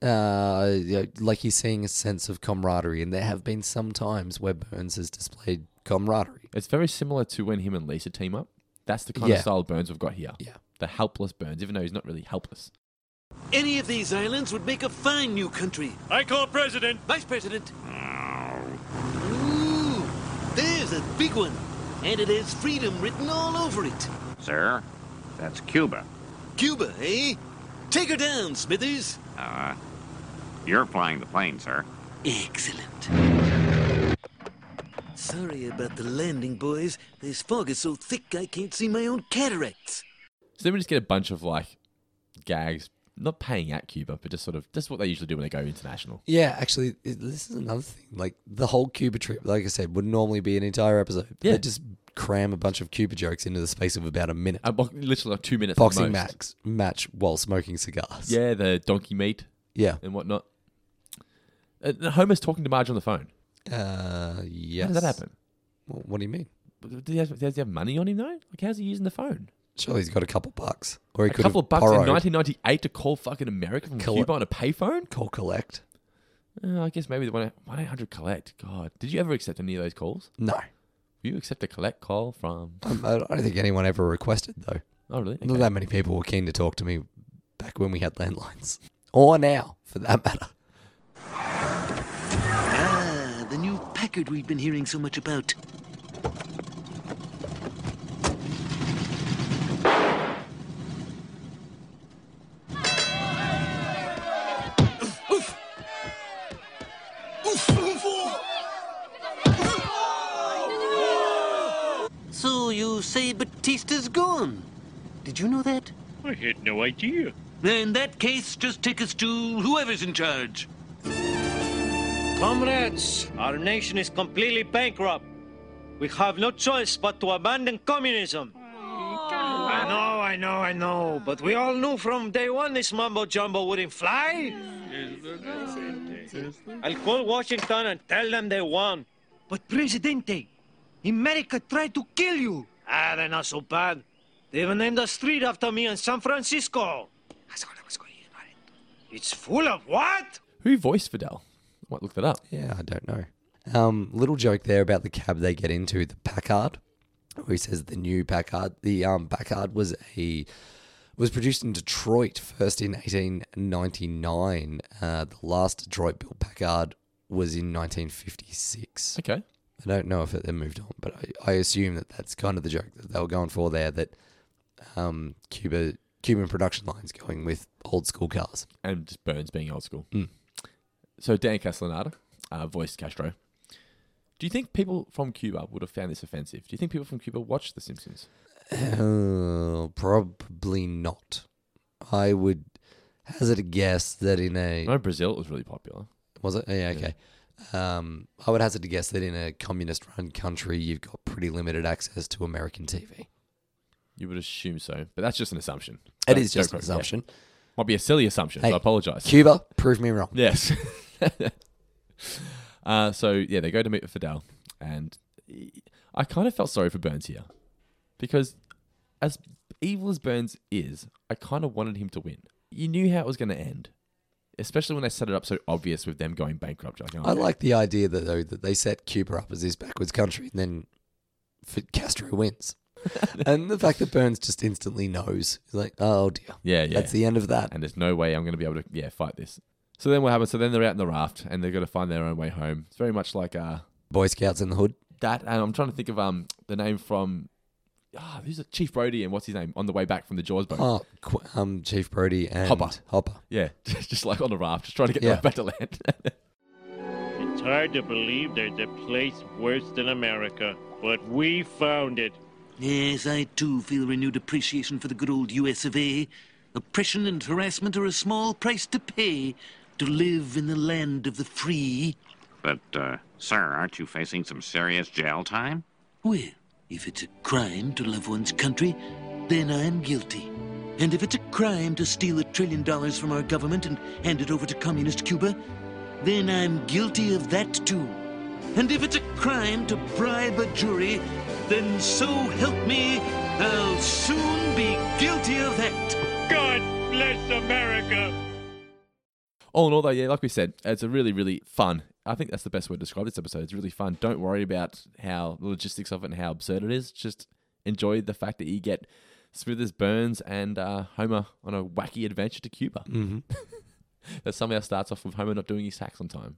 Uh, you know, like he's seeing a sense of camaraderie, and there have been some times where Burns has displayed camaraderie.
It's very similar to when him and Lisa team up. That's the kind
Yeah.
of style of Burns we've got here.
Yeah.
The helpless Burns, even though he's not really helpless.
Any of these islands would make a fine new country.
I call president.
Vice President. Ooh, there's a big one. And it has freedom written all over it.
Sir, that's Cuba.
Cuba, eh? Take her down, Smithers.
Uh, you're flying the plane, sir.
Excellent. Sorry about the landing, boys. This fog is so thick I can't see my own cataracts.
So then we just get a bunch of like gags, not paying at Cuba, but just sort of just what they usually do when they go international.
Yeah, actually, i- this is another thing. Like the whole Cuba trip, like I said, would normally be an entire episode.
Yeah.
They just cram a bunch of Cuba jokes into the space of about a minute.
Uh, bo- literally like two minutes. at
Boxing
most.
max, match while smoking cigars.
Yeah, the donkey meat.
Yeah.
and whatnot. And Homer's talking to Marge on the phone.
Uh, yes.
How does that happen?
Wha- What do you mean?
Does he, have, does he have money on him though? Like, how's he using the phone?
Surely he's got a couple bucks, or he
a
could
couple
have
of bucks
borrowed.
in 1998 to call fucking America from
Colle-
Cuba on a payphone.
Call collect.
Uh, I guess maybe the one one eight hundred collect. God, did you ever accept any of those calls?
No,
Will you accept a collect call from?
Um, I I don't think anyone ever requested though.
Oh really?
Not that many people were keen to talk to me back when we had landlines, or now, for that matter.
Ah, the new Packard we've been hearing so much about. So you say Batista's gone? Did you know that?
I had no idea.
In that case, just take us to whoever's in charge.
Comrades, our nation is completely bankrupt. We have no choice but to abandon communism. I know, I know, I know, but we all knew from day one this mumbo jumbo wouldn't fly. I'll call Washington and tell them they won. But Presidente, America tried to kill you. Ah, they're not so bad. They even named a street after me in San Francisco. It's full of what?
Who voiced Fidel? I might look that up.
Yeah, I don't know. Um, little joke there about the cab they get into, the Packard, where he says the new Packard. The um, Packard was a was produced in Detroit first in 1899. Uh, the last Detroit built Packard was in 1956.
Okay.
I don't know if it, they moved on, but I, I assume that that's kind of the joke that they were going for there. That um, Cuba Cuban production lines going with old school cars.
and
Mm.
just Burns being old school. So Dan Castellanata uh, voiced Castro. Do you think people from Cuba would have found this offensive? Do you think people from Cuba watched The Simpsons?
Uh, probably not. I would hazard a guess that in a.
No, Brazil was really popular.
Was it? Yeah, okay. Um, I would hazard a guess that in a communist run country, you've got pretty limited access to American TV.
You would assume so, but that's just an assumption.
It
Don't-
is just
don't
an
quote me. Yeah.
assumption.
Might be a silly assumption, so I apologize.
Cuba, prove me wrong.
Yes. uh, so yeah, they go to meet with Fidel, and I kind of felt sorry for Burns here, because as evil as Burns is, I kind of wanted him to win. You knew how it was going to end, especially when they set it up so obvious with them going bankrupt. Like, oh,
I like the idea that though that they set Cuba up as this backwards country, and then F- Castro wins, and the fact that Burns just instantly knows, he's like, oh dear,
Yeah, yeah.
that's the end of that.
And there's no way I'm going to be able to, yeah, fight this. So then what happens? So then they're out in the raft and they've got to find their own way home. It's very much like uh,
Boy Scouts in the Hood.
that. And I'm trying to think of um the name from ah, who's it? Chief Brody and what's his name on the way back from the Jaws boat.
Oh, Qu- um, Chief Brody and
Hopper.
Hopper.
Yeah, just like on a raft, just trying to get their
Yeah.
way back to land.
It's hard to believe there's a place worse than America, but we found it.
Yes, I too feel renewed appreciation for the good old US of A. Oppression and harassment are a small price to pay to live in the land of the free.
But, uh, sir, aren't you facing some serious jail time?
Well, if it's a crime to love one's country, then I am guilty. And if it's a crime to steal a trillion dollars from our government and hand it over to communist Cuba, then I'm guilty of that too. And if it's a crime to bribe a jury, then so help me, I'll soon be guilty of that.
God bless America!
all in all, though, yeah, like we said, it's a really, really fun. I think that's the best way to describe this episode. It's really fun. Don't worry about how the logistics of it and how absurd it is. Just enjoy the fact that you get Smithers, Burns, and uh, Homer on a wacky adventure to Cuba.
Mhm.
that somehow starts off with Homer not doing his tax on time.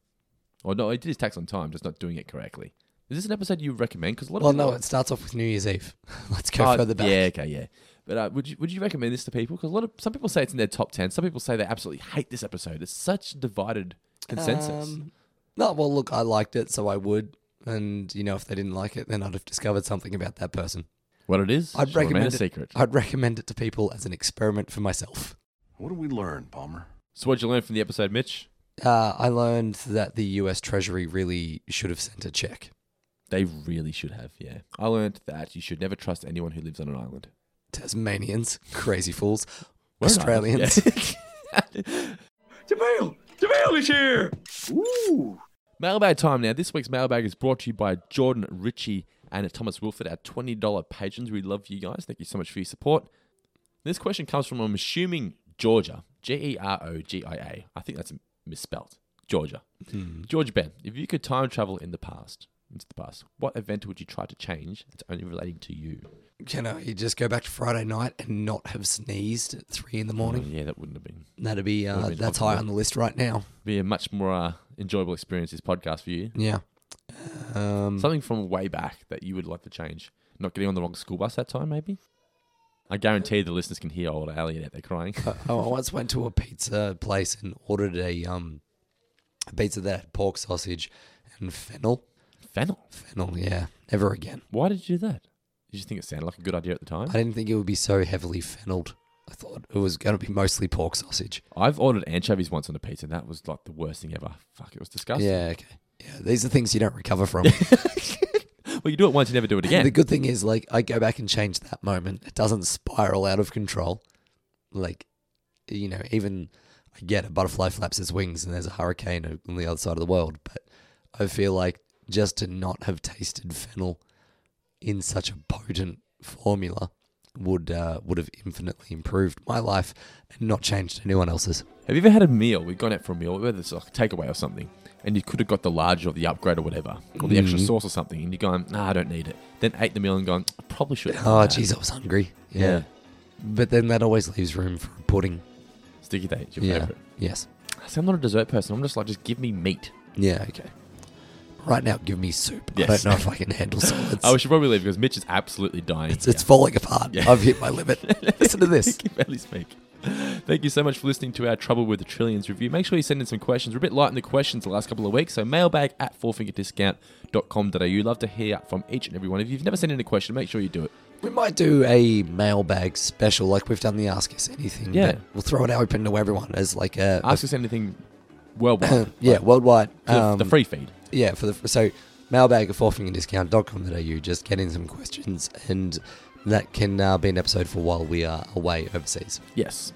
Or no, he did his tax on time, just not doing it correctly. Is this an episode you recommend? Because a lot
Well,
of people
no, it starts off with New Year's Eve. Let's go
Oh,
further back.
Yeah, okay, yeah. But uh, would you would you recommend this to people? Because a lot of some people say it's in their top ten. Some people say they absolutely hate this episode. It's such a divided consensus.
Um, no, well, look, I liked it, so I would. And you know, if they didn't like it, then I'd have discovered something about that person.
What it is
I'd
shall remain
recommend
a
it,
secret.
I'd recommend it to people as an experiment for myself.
What did we learn, Palmer?
so what'd you learn from the episode, Mitch?
Uh, I learned that the U.S. Treasury really should have sent a check.
They really should have. Yeah, I learned that you should never trust anyone who lives on an island.
Tasmanians, crazy fools,
We're an island,
Australians.
Jamil, Jamil is here. Ooh. Mailbag time now. This week's mailbag is brought to you by Jordan Ritchie and Thomas Wilford, our twenty dollar patrons. We love you guys. Thank you so much for your support. This question comes from, I'm assuming, Georgia. G E R O G I A. I think that's misspelled. Georgia.
Hmm.
George Ben, if you could time travel in the past, into the past, what event would you try to change that's only relating to you?
Can I just go back to Friday night and not have sneezed at three in the
Oh,
morning?
yeah, that wouldn't have been.
That'd be
would've
uh,
been
that's
optimal.
high on the list right now.
Be a much more uh, enjoyable experience. This podcast for you.
Yeah. Um,
Something from way back that you would like to change. Not getting on the wrong school bus that time, maybe? I guarantee the listeners can hear old Elliot out there crying.
oh, I once went to a pizza place and ordered a um a pizza that had pork sausage and fennel.
Fennel.
Fennel, yeah. Never again.
Why did you do that? Did you think it sounded like a good idea at the time?
I didn't think it would be so heavily fennelled. I thought it was going to be mostly pork sausage.
I've ordered anchovies once on a pizza, and that was like the worst thing ever. Fuck, it was disgusting.
Yeah, okay. Yeah, these are things you don't recover from.
Well, you do it once, you never do it again.
the good thing is, like, I go back and change that moment. It doesn't spiral out of control. Like, you know, even I get a butterfly flaps its wings and there's a hurricane on the other side of the world. But I feel like just to not have tasted fennel in such a potent formula would uh, would have infinitely improved my life and not changed anyone else's.
Have you ever had a meal? We've gone out for a meal, whether it's like takeaway or something, and you could have got the larger or the upgrade or whatever, or the extra
Mhm.
sauce or something, and you're going, nah, I don't need it. Then ate the meal and gone, I probably should have.
Oh, jeez, I was hungry. Yeah.
Yeah.
But then that always leaves room for a pudding.
Sticky date, your
Yeah.
favorite.
Yes.
See, I'm not a dessert person. I'm just like, just give me meat.
Yeah, okay. Right now, give me soup. I
Yes.
don't know if I can handle solids.
Oh, we should probably leave because Mitch is absolutely dying.
It's- it's falling apart. I've hit my limit. Listen to this.
he can barely speak. Thank you so much for listening to our Trouble with the Trillions review. Make sure you send in some questions. We're a bit light on the questions the last couple of weeks, so mailbag at fourfingerdiscount.com.au. Love to hear from each and every one of you. If you've never sent in a question, make sure you do it.
We might do a mailbag special like we've done the Ask Us Anything.
Yeah.
but We'll throw it open to everyone as like a.
Ask us anything worldwide.
yeah,
Like,
worldwide. Um,
for the- the free feed.
Yeah, for the so mailbag at fourfingerdiscount.com.au. Just get in some questions, and that can uh, be an episode for while we are away overseas.
Yes.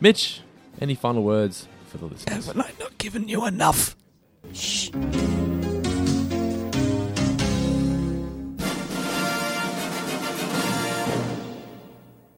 Mitch, any final words for the listeners?
Have I not given you enough? Shh.